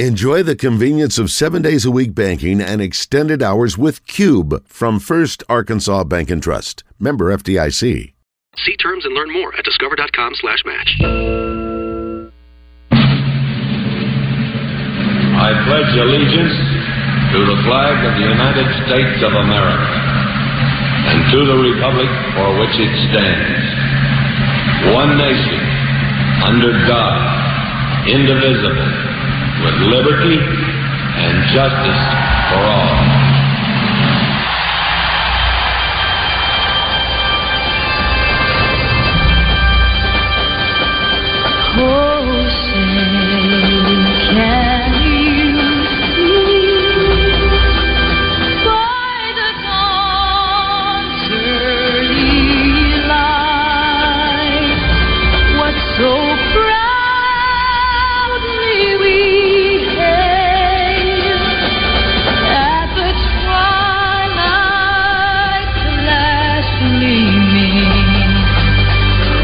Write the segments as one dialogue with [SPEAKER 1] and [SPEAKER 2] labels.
[SPEAKER 1] Enjoy the convenience of seven days a week banking and extended hours with Cube from First Arkansas Bank and Trust. Member FDIC.
[SPEAKER 2] See terms and learn more at discover.com slash match.
[SPEAKER 3] I pledge allegiance to the flag of the United States of America and to the republic for which it stands, one nation, under God, indivisible, with liberty and justice for all.
[SPEAKER 4] Oh, say, can you see by the dawn's early light what so proudly we hailed at the twilight's last gleaming?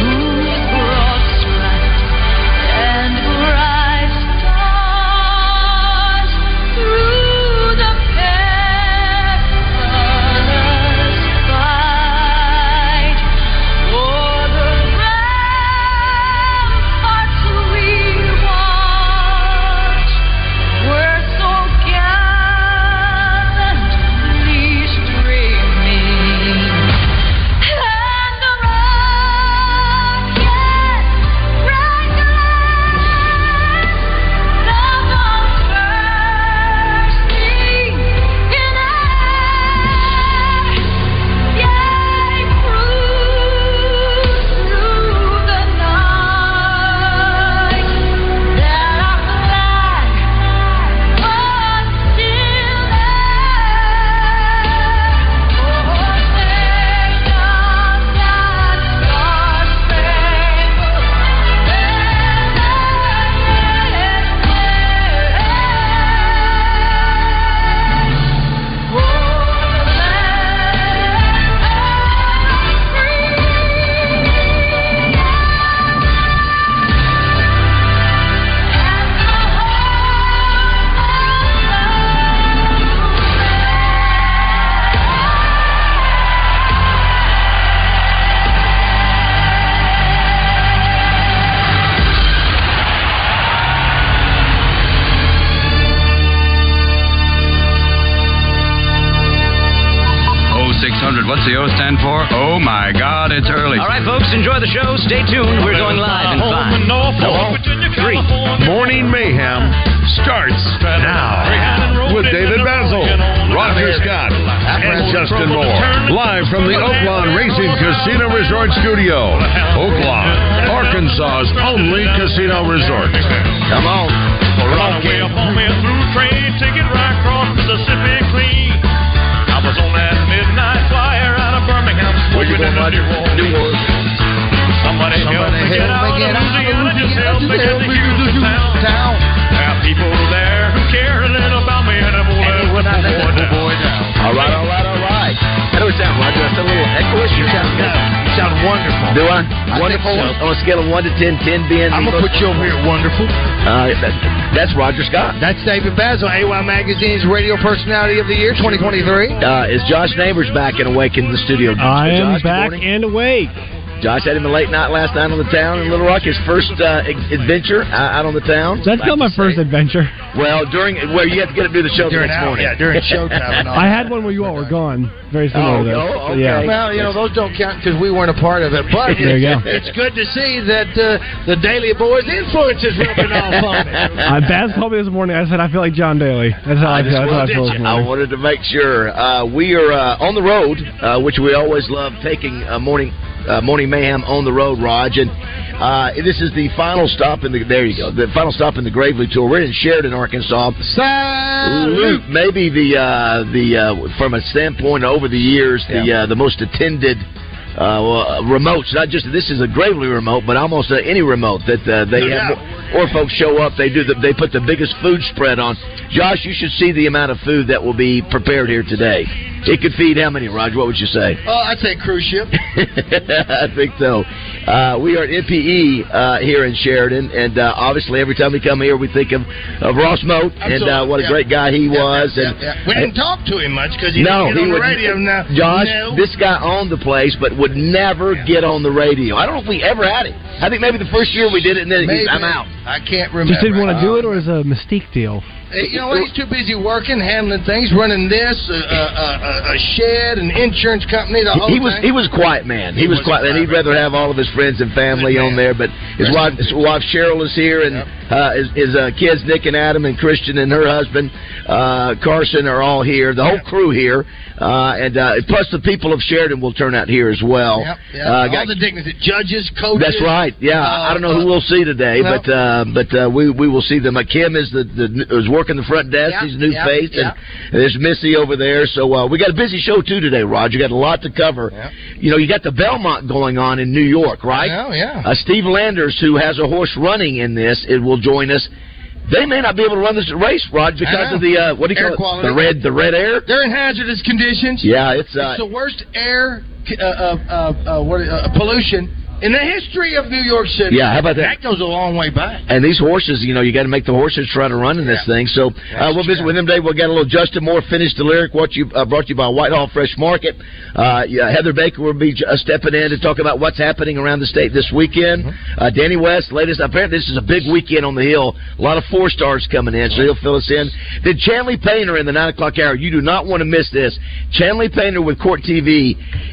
[SPEAKER 4] Whose broad stripes and bright stars through the perilous fight o'er the ramparts we watched were so gallantly streaming. And the rocket wranglers, the bombs bursting in air, yea, cruised through the night. That our flag was still
[SPEAKER 5] Oh, 0600, what's the O stand for? Oh my God, it's early.
[SPEAKER 6] All right, folks, enjoy the show. Stay tuned. We're going live in five, four, three.
[SPEAKER 7] Morning Mayhem starts now with David Basil, Roger Scott, and Justin Moore. Live from the Oaklawn Racing Casino Resort Studio. Oaklawn, Arkansas's only casino resort. Come on.
[SPEAKER 8] Run away up on me through train, take it right across Mississippi clean. I was on that midnight flyer out of Birmingham, sweeping into New Orleans. Somebody, help me get out of Louisiana, just help me get to Houston town. There are people there who care a little about me and I'm all that boy down.
[SPEAKER 9] All right, all right, all right. How do we sound, Roger? That's a little echoish. You sound good. You sound wonderful. Do I? wonderful. On a scale of one to ten, ten being.
[SPEAKER 10] I'm gonna put you over here at wonderful.
[SPEAKER 9] All right, that, that's Roger Scott.
[SPEAKER 10] That's David Basil, AY Magazine's Radio Personality of the Year 2023.
[SPEAKER 9] Uh, is Josh Neighbors back and awake in the studio?
[SPEAKER 11] I am
[SPEAKER 9] Josh, good
[SPEAKER 11] back
[SPEAKER 9] morning.
[SPEAKER 11] and awake.
[SPEAKER 9] Josh had him a late night last night on the town in Little Rock. His first uh, ex- adventure uh, out on the town.
[SPEAKER 11] That's not my first adventure.
[SPEAKER 9] Well, during where you have to get up to do the show the
[SPEAKER 11] During
[SPEAKER 9] next
[SPEAKER 11] hour-
[SPEAKER 9] morning.
[SPEAKER 11] yeah, during
[SPEAKER 9] showtime.
[SPEAKER 11] I had one where you all were gone. Very
[SPEAKER 9] Oh,
[SPEAKER 11] similar to this. So,
[SPEAKER 10] Oh,
[SPEAKER 11] Yeah.
[SPEAKER 10] Well, you know those don't count because we weren't a part of it. But
[SPEAKER 11] There you go.
[SPEAKER 10] it's good to see that uh, the Daily Boys' influence is rubbing off on it.
[SPEAKER 11] Uh, Baz called me this morning. I said I feel like John Daly. That's how
[SPEAKER 9] I
[SPEAKER 11] I, feel.
[SPEAKER 9] just
[SPEAKER 11] That's how I
[SPEAKER 9] wanted,
[SPEAKER 11] feel this
[SPEAKER 9] I
[SPEAKER 11] morning.
[SPEAKER 9] wanted to make sure uh, we are uh, on the road, uh, which we always love taking uh, morning uh, morning mayhem on the road, Raj. And uh, this is the final stop in the there you go, the final stop in the Gravely tour. We're in Sheridan, Arkansas. Salute. Maybe the uh, the uh, from a standpoint over the years, the uh, the most attended. Uh, well, uh, remotes, not just this is a gravely remote, but almost uh, any remote that uh, they
[SPEAKER 12] No
[SPEAKER 9] have
[SPEAKER 12] doubt.
[SPEAKER 9] more- or folks show up, they do the, they put the biggest food spread on. Josh, you should see the amount of food that will be prepared here today. It could feed how many, Roger? What would you say?
[SPEAKER 10] Oh, I'd say cruise ship.
[SPEAKER 9] I think so. Uh, we are at MPE uh, here in Sheridan, and uh, obviously every time we come here, we think of, of Ross Moat and uh,
[SPEAKER 10] Absolutely,
[SPEAKER 9] what a
[SPEAKER 10] yeah.
[SPEAKER 9] great guy he was. and
[SPEAKER 10] Yeah, yeah. We didn't talk to him much because he
[SPEAKER 9] no, he
[SPEAKER 10] didn't get on the
[SPEAKER 9] would.
[SPEAKER 10] radio now.
[SPEAKER 9] Josh,
[SPEAKER 10] No.
[SPEAKER 9] this guy owned the place, but would never get on the radio. I don't know if we ever had it. I think maybe the first year we did it, and then he's,
[SPEAKER 10] Maybe.
[SPEAKER 9] I'm out.
[SPEAKER 10] I can't remember.
[SPEAKER 11] Just didn't want to do it, or is
[SPEAKER 9] Um,
[SPEAKER 11] a mystique deal?
[SPEAKER 10] Hey, You know, what? he's too busy working, handling things, running this, uh, a, a, a, a shed, an insurance company, the whole
[SPEAKER 9] He was
[SPEAKER 10] thing.
[SPEAKER 9] he was a quiet man. He, was, quiet, and he'd rather have all of his friends and family on there. But his wife, his wife Cheryl is here, and uh, his, his uh, kids Nick and Adam and Christian and her husband uh, Carson are all here. The whole crew here, uh, and uh, plus the people of Sheridan will turn out here as well.
[SPEAKER 10] Yep, yep.
[SPEAKER 9] Uh,
[SPEAKER 10] all
[SPEAKER 9] got-
[SPEAKER 10] the dignitaries, judges, coaches. Uh,
[SPEAKER 9] That's right. Yeah, I I don't know who we'll see today,
[SPEAKER 10] no.
[SPEAKER 9] but uh, but uh, we we will see them. Uh, Kim is the, the is working the front desk.
[SPEAKER 10] Yeah,
[SPEAKER 9] He's a new
[SPEAKER 10] yeah,
[SPEAKER 9] face,
[SPEAKER 10] yeah.
[SPEAKER 9] and there's Missy over there. So uh, we got a busy show too today, Rod. You got a lot to cover. You know, you got the Belmont going on in New York, right?
[SPEAKER 10] I know, Oh, yeah.
[SPEAKER 9] Uh, Steve Landers, who has a horse running in this, it will join us. They may not be able to run this race, Rod, because
[SPEAKER 10] I
[SPEAKER 9] of
[SPEAKER 10] know.
[SPEAKER 9] the uh, what do you
[SPEAKER 10] Air
[SPEAKER 9] call it?
[SPEAKER 10] quality.
[SPEAKER 9] The red the red air.
[SPEAKER 10] They're in hazardous conditions.
[SPEAKER 9] Yeah, it's, uh,
[SPEAKER 10] the worst air uh, uh, uh, uh, what, uh, pollution in the history of New York City.
[SPEAKER 9] Yeah, how about that?
[SPEAKER 10] That goes a long way back.
[SPEAKER 9] And these horses, you know, you got to make the horses try to run in this thing. So uh, we'll visit with them today. We'll get a little Justin Moore finish the lyric. What you uh, brought to you by Whitehall Fresh Market. Uh, yeah, Heather Baker will be uh, stepping in to talk about what's happening around the state this weekend. Uh, Danny West, latest. Apparently, this is a big weekend on the hill. A lot of four stars coming in, so he'll fill us in. Then Chanley Painter in the nine o'clock hour. You do not want to miss this. Chanley Painter with Court TV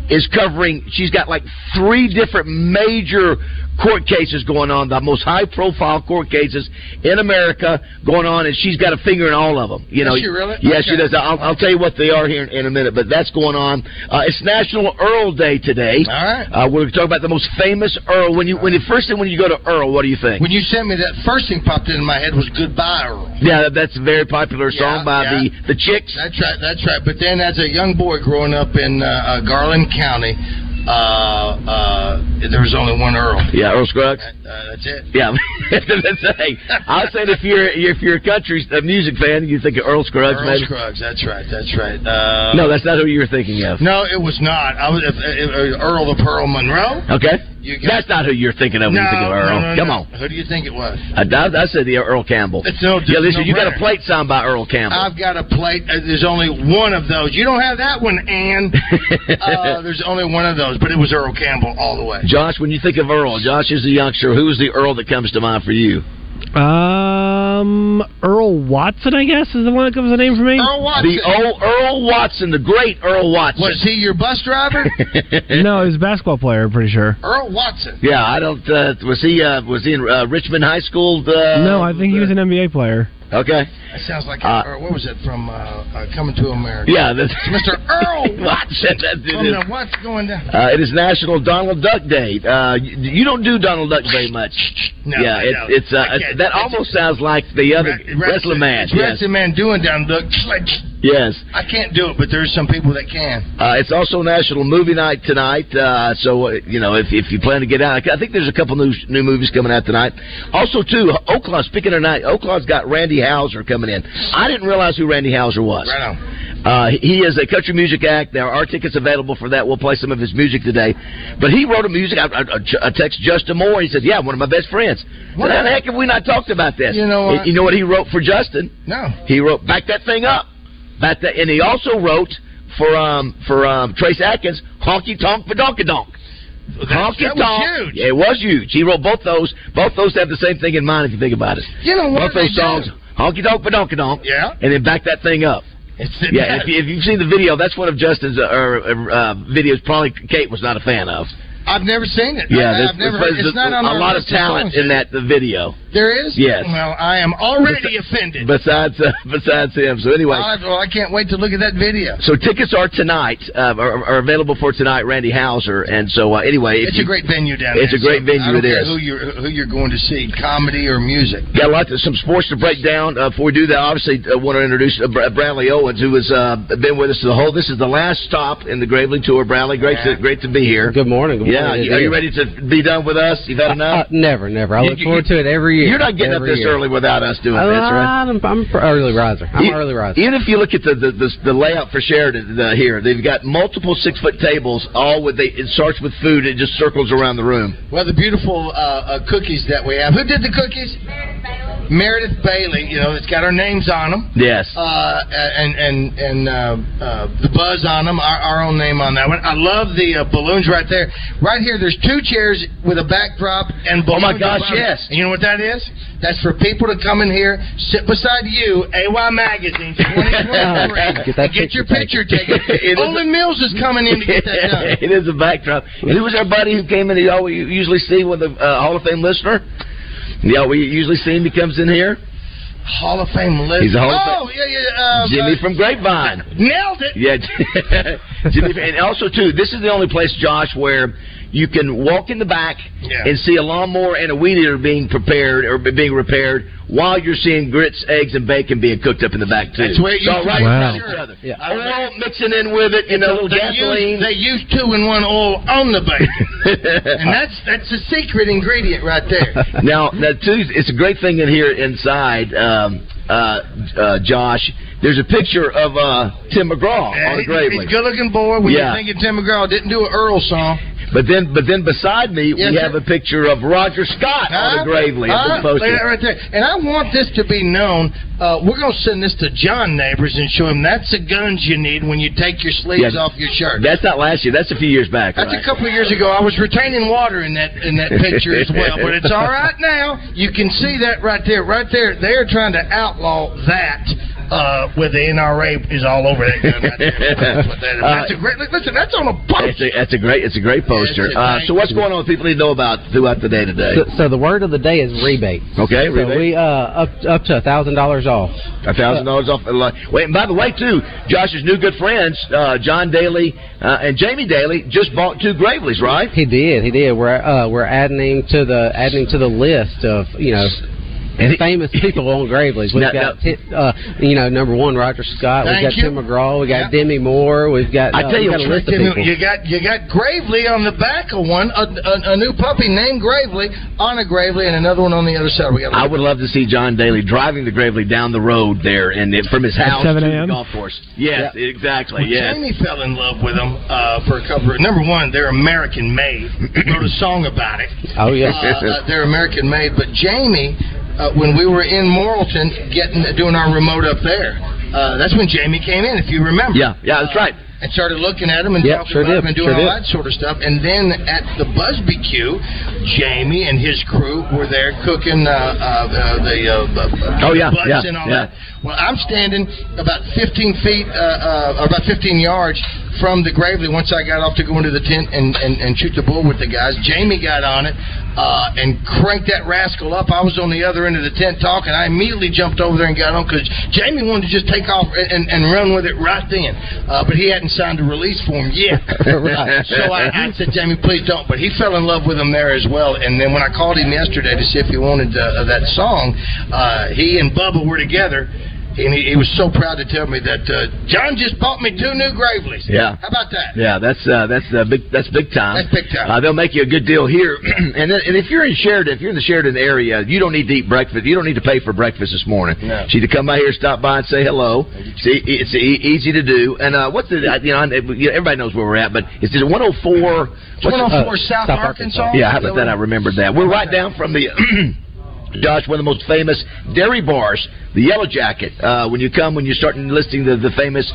[SPEAKER 9] is covering. She's got like three different major court cases going on, the most high profile court cases in America going on, and she's got a finger in all of them. You
[SPEAKER 10] Does
[SPEAKER 9] know,
[SPEAKER 10] she really?
[SPEAKER 9] Yeah, she
[SPEAKER 10] Okay.
[SPEAKER 9] does. I'll, I'll tell you what they are here in, in a minute, but that's going on. Uh, it's National Earl Day today. All right. Uh, we're going to talk about the most famous Earl. When you when the first thing when you go to Earl, what do you think?
[SPEAKER 10] When you sent me that, first thing popped into my head was "Goodbye Earl."
[SPEAKER 9] yeah, that's a very popular
[SPEAKER 10] Yeah,
[SPEAKER 9] song by
[SPEAKER 10] yeah.
[SPEAKER 9] the the Chicks.
[SPEAKER 10] That's right. That's right. But then, as a young boy growing up in uh, uh, Garland County, uh, uh, there was only one Earl.
[SPEAKER 9] Yeah, Earl Scruggs.
[SPEAKER 10] Uh, that's it.
[SPEAKER 9] Yeah, that's, hey, I said if you're if you're a country a music fan, you think of Earl Scruggs,
[SPEAKER 10] Earl
[SPEAKER 9] maybe.
[SPEAKER 10] Scruggs. That's right. That's right. Uh,
[SPEAKER 9] no, that's not who you were thinking of.
[SPEAKER 10] No, it was not. I was uh, uh, Earl the Pearl Monroe.
[SPEAKER 9] Okay,
[SPEAKER 10] You got-
[SPEAKER 9] that's not who you're thinking of when you think of Earl.
[SPEAKER 10] no, no,
[SPEAKER 9] Come
[SPEAKER 10] no.
[SPEAKER 9] on.
[SPEAKER 10] Who do you think it was?
[SPEAKER 9] I, I, I said the Earl Campbell.
[SPEAKER 10] It's no-
[SPEAKER 9] yeah, listen, you got
[SPEAKER 10] no-brainer.
[SPEAKER 9] a plate signed by Earl Campbell.
[SPEAKER 10] I've got a plate. Uh, there's only one of those. You don't have that one, Ann. uh, there's only one of those, but it was Earl Campbell all the way.
[SPEAKER 9] Josh, when you think of Earl, Josh is the youngster. Who's the Earl that comes to mind for you?
[SPEAKER 11] Um, Earl Watson, I guess, is the one that comes the name for me.
[SPEAKER 10] Earl
[SPEAKER 9] The old Earl Watson, the great Earl Watson.
[SPEAKER 10] Was he your bus driver?
[SPEAKER 11] no, he's a basketball player. I'm pretty sure.
[SPEAKER 10] Earl Watson.
[SPEAKER 9] Yeah, I don't. Uh, was he? Uh, was he in uh, Richmond High School? Uh,
[SPEAKER 11] no, I think he was an NBA player.
[SPEAKER 9] Okay.
[SPEAKER 10] That sounds like
[SPEAKER 9] Uh,
[SPEAKER 10] or what was it from uh, uh, Coming to America?
[SPEAKER 9] Yeah, that's
[SPEAKER 10] It's Mr. Earl Watson.
[SPEAKER 9] That's it
[SPEAKER 10] From
[SPEAKER 9] is.
[SPEAKER 10] the what's going down?
[SPEAKER 9] Uh, it is National Donald Duck Day. Uh, you, you don't do Donald Duck Day much.
[SPEAKER 10] No,
[SPEAKER 9] yeah,
[SPEAKER 10] I
[SPEAKER 9] it's
[SPEAKER 10] don't.
[SPEAKER 9] it's uh,
[SPEAKER 10] I can't.
[SPEAKER 9] that almost sounds like the other wrestling match. Yes.
[SPEAKER 10] Wrestling man doing down duck.
[SPEAKER 9] yes.
[SPEAKER 10] I can't do it, but there's some people that can.
[SPEAKER 9] Uh, it's also National Movie Night tonight, uh, so uh, you know if, if you plan to get out, I think there's a couple new new movies coming out tonight. Also, too, Oakland. Speaking of night, Oakland's got Randy Houser coming in. I didn't realize who Randy Houser was.
[SPEAKER 10] Right on.
[SPEAKER 9] Uh, he is a country music act. There are tickets available for that. We'll play some of his music today. But he wrote a music. I, I, I text Justin Moore. He said, "Yeah, one of my best friends." What
[SPEAKER 10] What?
[SPEAKER 9] the heck have we not talked about this?
[SPEAKER 10] You know what?
[SPEAKER 9] You know what he wrote for Justin?
[SPEAKER 10] No.
[SPEAKER 9] He wrote back that thing up. Back that, and he also wrote for um for um Trace Atkins, honky tonk for donk. Honky
[SPEAKER 10] that was
[SPEAKER 9] tonk. Yeah, it was huge. He wrote both those. Both those have the same thing in mind if you think about it.
[SPEAKER 10] You know
[SPEAKER 9] Both
[SPEAKER 10] what
[SPEAKER 9] those
[SPEAKER 10] they
[SPEAKER 9] songs,
[SPEAKER 10] do.
[SPEAKER 9] honky tonk for donk donk.
[SPEAKER 10] Yeah.
[SPEAKER 9] And then back that thing up. yeah, and if, you, if you've seen the video, that's one of Justin's uh, uh, uh, videos. Probably Kate was not a fan of.
[SPEAKER 10] I've never seen it.
[SPEAKER 9] Yeah, there's-
[SPEAKER 10] I, have never.
[SPEAKER 9] there's-
[SPEAKER 10] Heard, it's not on
[SPEAKER 9] a
[SPEAKER 10] our
[SPEAKER 9] lot of
[SPEAKER 10] list
[SPEAKER 9] talent
[SPEAKER 10] songs.
[SPEAKER 9] in that the video.
[SPEAKER 10] There is.
[SPEAKER 9] Yes.
[SPEAKER 10] Well, I am already offended.
[SPEAKER 9] Besides, uh, besides him. So anyway,
[SPEAKER 10] I'll have- well, I can't wait to look at that video.
[SPEAKER 9] So tickets are tonight, uh, are, are available for tonight, Randy Hauser. And so uh, anyway, if
[SPEAKER 10] It's
[SPEAKER 9] you-
[SPEAKER 10] a great venue down there.
[SPEAKER 9] It's a great
[SPEAKER 10] so
[SPEAKER 9] venue.
[SPEAKER 10] I don't
[SPEAKER 9] it
[SPEAKER 10] care
[SPEAKER 9] is.
[SPEAKER 10] Who you're who you're going to see, comedy or music?
[SPEAKER 9] Got a lot to, some sports to break down. Uh, before we do that, obviously, I want to introduce uh, Br- Bradley Owens, who has uh, been with us the whole. This is the last stop in the Gravely Tour. Bradley, great, to, great to be here. Good
[SPEAKER 13] morning. Good
[SPEAKER 9] Yeah,
[SPEAKER 13] it is.
[SPEAKER 9] are you ready to be done with us? You've had enough?
[SPEAKER 13] Uh, never, never. I
[SPEAKER 9] You-
[SPEAKER 13] look
[SPEAKER 9] you-
[SPEAKER 13] forward to it every year.
[SPEAKER 9] You're not getting
[SPEAKER 13] Every
[SPEAKER 9] up this
[SPEAKER 13] year.
[SPEAKER 9] early without us doing
[SPEAKER 13] Uh,
[SPEAKER 9] this, right? E-,
[SPEAKER 13] I'm, I'm an early riser. I'm an early riser.
[SPEAKER 9] Even if you look at the the, the, the layout for Sheridan uh, here, they've got multiple six foot tables. All with they it starts with food. It just circles around the room.
[SPEAKER 10] Well, the beautiful uh, uh, cookies that we have. Who did the cookies? Meredith Bailey. You know, it's got our names on them.
[SPEAKER 9] Yes.
[SPEAKER 10] Uh, and and and uh, uh, the buzz on them, our, our own name on that one. I love the uh, balloons right there. Right here, there's two chairs with a backdrop and
[SPEAKER 9] Oh, my
[SPEAKER 10] balloons.
[SPEAKER 9] gosh,
[SPEAKER 10] around it.
[SPEAKER 9] yes.
[SPEAKER 10] And you know what that is? That's for people to come in here, sit beside you, AY Magazine, 2023,
[SPEAKER 9] Get that
[SPEAKER 10] and get your
[SPEAKER 9] picture
[SPEAKER 10] picture
[SPEAKER 9] taken.
[SPEAKER 10] taken.
[SPEAKER 9] It is-
[SPEAKER 10] Olin Mills is coming in to get that done.
[SPEAKER 9] it is a backdrop. And it was our buddy who came in. Y'all, we usually see with the uh, Hall of Fame listener. Y'all, we usually see him. He comes in here.
[SPEAKER 10] Hall of Fame listener.
[SPEAKER 9] He's a Hall of Fame.
[SPEAKER 10] Oh, yeah, yeah. Uh,
[SPEAKER 9] Jimmy
[SPEAKER 10] uh,
[SPEAKER 9] from Grapevine.
[SPEAKER 10] Nailed it.
[SPEAKER 9] Yeah, Jimmy, and also too, this is the only place, Josh, where you can walk in the back
[SPEAKER 10] Yeah.
[SPEAKER 9] and see a lawnmower and a weed eater being prepared or being repaired while you're seeing grits, eggs, and bacon being cooked up in the back too.
[SPEAKER 10] That's where it
[SPEAKER 9] It's all
[SPEAKER 10] used to
[SPEAKER 9] right
[SPEAKER 10] be.
[SPEAKER 9] around
[SPEAKER 10] Wow.
[SPEAKER 9] each other.
[SPEAKER 10] Yeah.
[SPEAKER 9] A little mixing in with it, you know, a little
[SPEAKER 10] they
[SPEAKER 9] gasoline.
[SPEAKER 10] Use, they use two in one oil on the bacon, and that's that's a secret ingredient right there.
[SPEAKER 9] now, now too, it's a great thing in here inside, um, uh, uh, Josh. There's a picture of uh, Tim McGraw on a
[SPEAKER 10] He's-
[SPEAKER 9] gravely.
[SPEAKER 10] He's a good-looking boy. We
[SPEAKER 9] Yeah.
[SPEAKER 10] were thinking Tim McGraw didn't do an Earl song.
[SPEAKER 9] But then, but then beside me,
[SPEAKER 10] Yes,
[SPEAKER 9] we
[SPEAKER 10] sir.
[SPEAKER 9] have a picture of Roger Scott on
[SPEAKER 10] Huh?
[SPEAKER 9] the Gravely. I've
[SPEAKER 10] Huh?
[SPEAKER 9] been posting.
[SPEAKER 10] Look at that right there. And I want this to be known. Uh, we're going to send this to John Neighbors and show him that's the guns you need when you take your sleeves
[SPEAKER 9] Yeah.
[SPEAKER 10] off your shirt.
[SPEAKER 9] That's not last year. That's a few years back.
[SPEAKER 10] That's
[SPEAKER 9] right?
[SPEAKER 10] a couple of years ago. I was retaining water in that in that picture as well, but it's all right now. You can see that right there, right there. They're trying to outlaw that. Uh, where the NRA is all over that gun. Right there. That's what
[SPEAKER 9] Uh,
[SPEAKER 10] that is. That's a great. look, Listen, that's on a
[SPEAKER 9] It's a, that's a great. It's a great poster.
[SPEAKER 10] It's a
[SPEAKER 9] uh,
[SPEAKER 10] great-
[SPEAKER 9] so what's going on? That people need to know about throughout the day today.
[SPEAKER 13] So, so the word of the day is rebate.
[SPEAKER 9] Okay,
[SPEAKER 13] so
[SPEAKER 9] rebate.
[SPEAKER 13] we uh, up up to a thousand dollars off.
[SPEAKER 9] A thousand dollars off. a lot. Wait, and by the way, too, Josh's new good friends, uh, John Daly uh, and Jamie Daly, just bought two Gravelies, right?
[SPEAKER 13] He did. He did. We're uh, we're adding him to the adding him to the list of you know. famous people on Gravely's. We've
[SPEAKER 9] No,
[SPEAKER 13] got, Ti- uh, you know, number one Roger Scott.
[SPEAKER 10] Thank
[SPEAKER 13] we've got
[SPEAKER 10] you.
[SPEAKER 13] Tim McGraw. We got Demi Moore. We've got.
[SPEAKER 10] I
[SPEAKER 13] uh,
[SPEAKER 10] tell you,
[SPEAKER 13] we've got a list of people.
[SPEAKER 10] you got you got Gravely on the back of one, a, a, a new puppy named Gravely on a Gravely, and another one on the other side. We got.
[SPEAKER 9] I would love to see John Daly driving the Gravely down the road there and it, from his
[SPEAKER 10] At
[SPEAKER 9] house
[SPEAKER 10] 7
[SPEAKER 9] to the
[SPEAKER 10] a.m.?
[SPEAKER 9] golf course. Yes, exactly.
[SPEAKER 10] Well,
[SPEAKER 9] yes.
[SPEAKER 10] Jamie fell in love with them uh, for a couple. Of, number one, they're American made. Wrote a song about it.
[SPEAKER 13] Oh, yeah.
[SPEAKER 10] Uh, they're American made. But Jamie, uh, when we were in Morrilton, getting doing our remote up there, uh, that's when Jamie came in. If you remember.
[SPEAKER 9] Yeah, yeah, that's
[SPEAKER 10] Uh,
[SPEAKER 9] right.
[SPEAKER 10] and started looking at him and
[SPEAKER 9] Yeah,
[SPEAKER 10] talking
[SPEAKER 9] sure
[SPEAKER 10] about
[SPEAKER 9] did,
[SPEAKER 10] him and doing
[SPEAKER 9] sure
[SPEAKER 10] all
[SPEAKER 9] did.
[SPEAKER 10] that sort of stuff. And then at the Busby Q, Jamie and his crew were there cooking uh, uh, the, the uh,
[SPEAKER 9] Oh, yeah,
[SPEAKER 10] butts
[SPEAKER 9] yeah,
[SPEAKER 10] and all
[SPEAKER 9] yeah.
[SPEAKER 10] that. Well, I'm standing about 15 feet, uh, uh, about 15 yards from the Gravely. Once I got off to go into the tent and, and, and shoot the bull with the guys, Jamie got on it uh, and cranked that rascal up. I was on the other end of the tent talking. I immediately jumped over there and got on because Jamie wanted to just take off and, and, and run with it right then. Uh, but he hadn't signed a release form yet.
[SPEAKER 9] Right.
[SPEAKER 10] So I, I said, Jamie, please don't. But he fell in love with him there as well. And then when I called him yesterday to see if he wanted uh, that song, uh, he and Bubba were together. And he, he was so proud to tell me that uh, John just bought me two new Gravelies.
[SPEAKER 9] Yeah.
[SPEAKER 10] How about that?
[SPEAKER 9] Yeah, that's uh, that's uh, big. That's big time.
[SPEAKER 10] That's big time.
[SPEAKER 9] Uh, they'll make you a good deal here, and then, and if you're in Sheridan, if you're in the Sheridan area, you don't need to eat breakfast. You don't need to pay for breakfast this morning.
[SPEAKER 10] No.
[SPEAKER 9] So you can come by here, stop by, and say hello. It's, e- it's e- easy to do. And uh, what's the I- you know I- you know, everybody knows where we're at, but it's the 104.
[SPEAKER 10] It's
[SPEAKER 9] what's the-
[SPEAKER 10] 104
[SPEAKER 9] uh,
[SPEAKER 10] South, Arkansas.
[SPEAKER 9] Yeah, how about that? I remembered that. We're right down from the. Josh, one of the most famous dairy bars, the Yellow Jacket. Uh, when you come, when you start listing the, the famous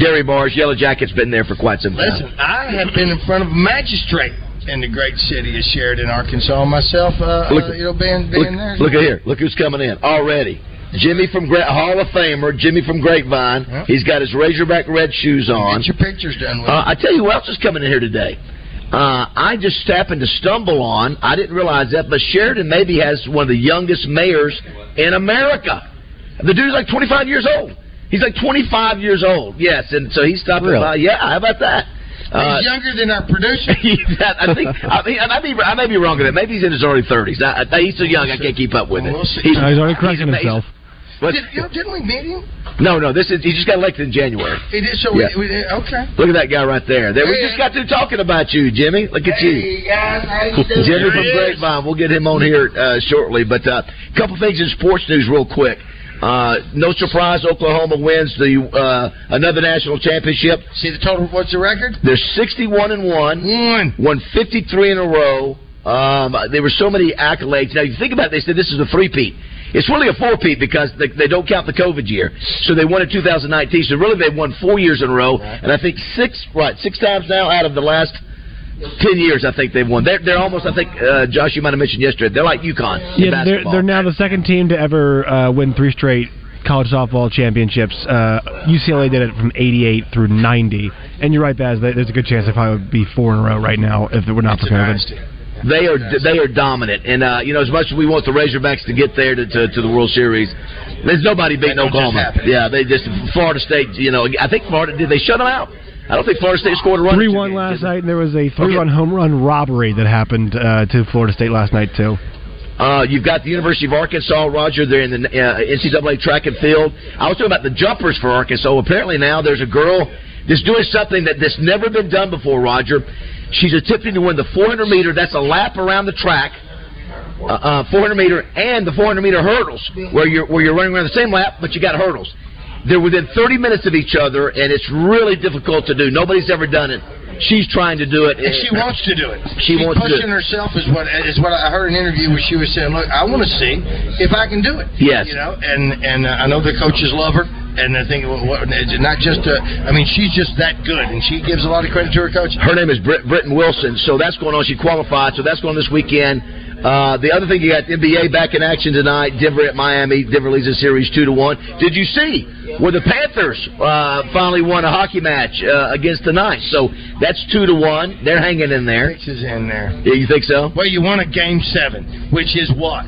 [SPEAKER 9] dairy bars, Yellow Jacket's been there for quite some time.
[SPEAKER 10] Listen, I have been in front of a magistrate in the great city of Sheridan, Arkansas myself, uh,
[SPEAKER 9] Look-
[SPEAKER 10] uh, you know, being, being
[SPEAKER 9] Look,
[SPEAKER 10] there.
[SPEAKER 9] look at here. Look who's coming in already. Jimmy from Gra- Hall of Famer, Jimmy from Grapevine. He's got his Razorback red shoes on.
[SPEAKER 10] Get your pictures done with
[SPEAKER 9] Uh, I tell you who else is coming in here today. Uh, I just happened to stumble on. I didn't realize that, but Sheridan maybe has one of the youngest mayors in America. The dude's like 25 years old. He's like 25 years old. Yes, and so he's stopping
[SPEAKER 10] Really?
[SPEAKER 9] by. Yeah, how about that? Uh,
[SPEAKER 10] He's younger than our producer.
[SPEAKER 9] that- I think uh, I, mean, and I, may, I may be wrong on that. Maybe he's in his early 30s. I, I, he's so young, I can't keep up with it.
[SPEAKER 10] We'll see.
[SPEAKER 9] He's-
[SPEAKER 11] No, he's already correcting
[SPEAKER 9] he's-
[SPEAKER 11] himself.
[SPEAKER 9] But-
[SPEAKER 10] Did, you know, didn't we meet him?
[SPEAKER 9] No, no, this is he just got elected in January.
[SPEAKER 10] He did. So
[SPEAKER 9] Yeah.
[SPEAKER 10] we, we, okay.
[SPEAKER 9] Look at that guy right there. There, we just got through talking about you, Jimmy. Look at you.
[SPEAKER 10] Hey guys, how you doing?
[SPEAKER 9] Jimmy from
[SPEAKER 10] There he is.
[SPEAKER 9] Grapevine. We'll get him on here uh, shortly. But a couple things in sports news, real quick. Uh, no surprise, Oklahoma wins the uh, another national championship.
[SPEAKER 10] See the total. What's the record?
[SPEAKER 9] They're sixty-one and one.
[SPEAKER 10] One.
[SPEAKER 9] Won fifty-three in a row. Um, there were so many accolades. Now you think about it, they said this is a three-peat. It's really a four-peat because they, they don't count the COVID year. So they won in 2019. So really, they've won four years in a row, and I think six right six times now out of the last ten years. I think they've won. They're, they're almost. I think uh, Josh, you might have mentioned yesterday. They're like UConn. in
[SPEAKER 11] Yeah, they're,
[SPEAKER 9] basketball.
[SPEAKER 11] they're now the second team to ever uh, win three straight college softball championships. Uh, UCLA did it from 88 through 90. And you're right, Baz, they- there's a good chance they probably would be four in a row right now if it were not for COVID.
[SPEAKER 9] They are they are dominant, and uh, you know as much as we want the Razorbacks to get there to, to, to the World Series, there's nobody beating Oklahoma. Yeah, they just Florida State. You know, I think Florida did they shut them out. I don't think Florida State scored a run.
[SPEAKER 11] 3 1 last night, and there was a 3 run home run robbery that happened uh, to Florida State last night, too.
[SPEAKER 9] Uh, you've got the University of Arkansas, Roger. They're in the uh, NCAA track and field. I was talking about the jumpers for Arkansas. Apparently now there's a girl that's doing something that, that's never been done before, Roger. She's attempting to win the 400 meter. That's a lap around the track, uh, uh, 400 meter, and the 400 meter hurdles, where you're where you're running around the same lap, but you got hurdles. They're within 30 minutes of each other, and it's really difficult to do. Nobody's ever done it. She's trying to do it,
[SPEAKER 10] And she wants to do it.
[SPEAKER 9] She wants to do it.
[SPEAKER 10] pushing herself is what is what I heard in an interview where she was saying, "Look, I want to see if I can do it."
[SPEAKER 9] Yes.
[SPEAKER 10] You know, and and uh, I know the coaches love her, and I think well, what, it's not just. uh, I mean, she's just that good, and she gives a lot of credit to her coach.
[SPEAKER 9] Her name is Brit- Britton Wilson. So that's going on. She qualified. So that's going this weekend. Uh, the other thing you got NBA back in action tonight. Denver at Miami. Denver leads the series two to one. Did you see where the Panthers uh, finally won a hockey match uh, against the Knights? So that's two to one. They're hanging in there.
[SPEAKER 10] Is in there.
[SPEAKER 9] Yeah, you think so?
[SPEAKER 10] Well, you won a game seven, which is what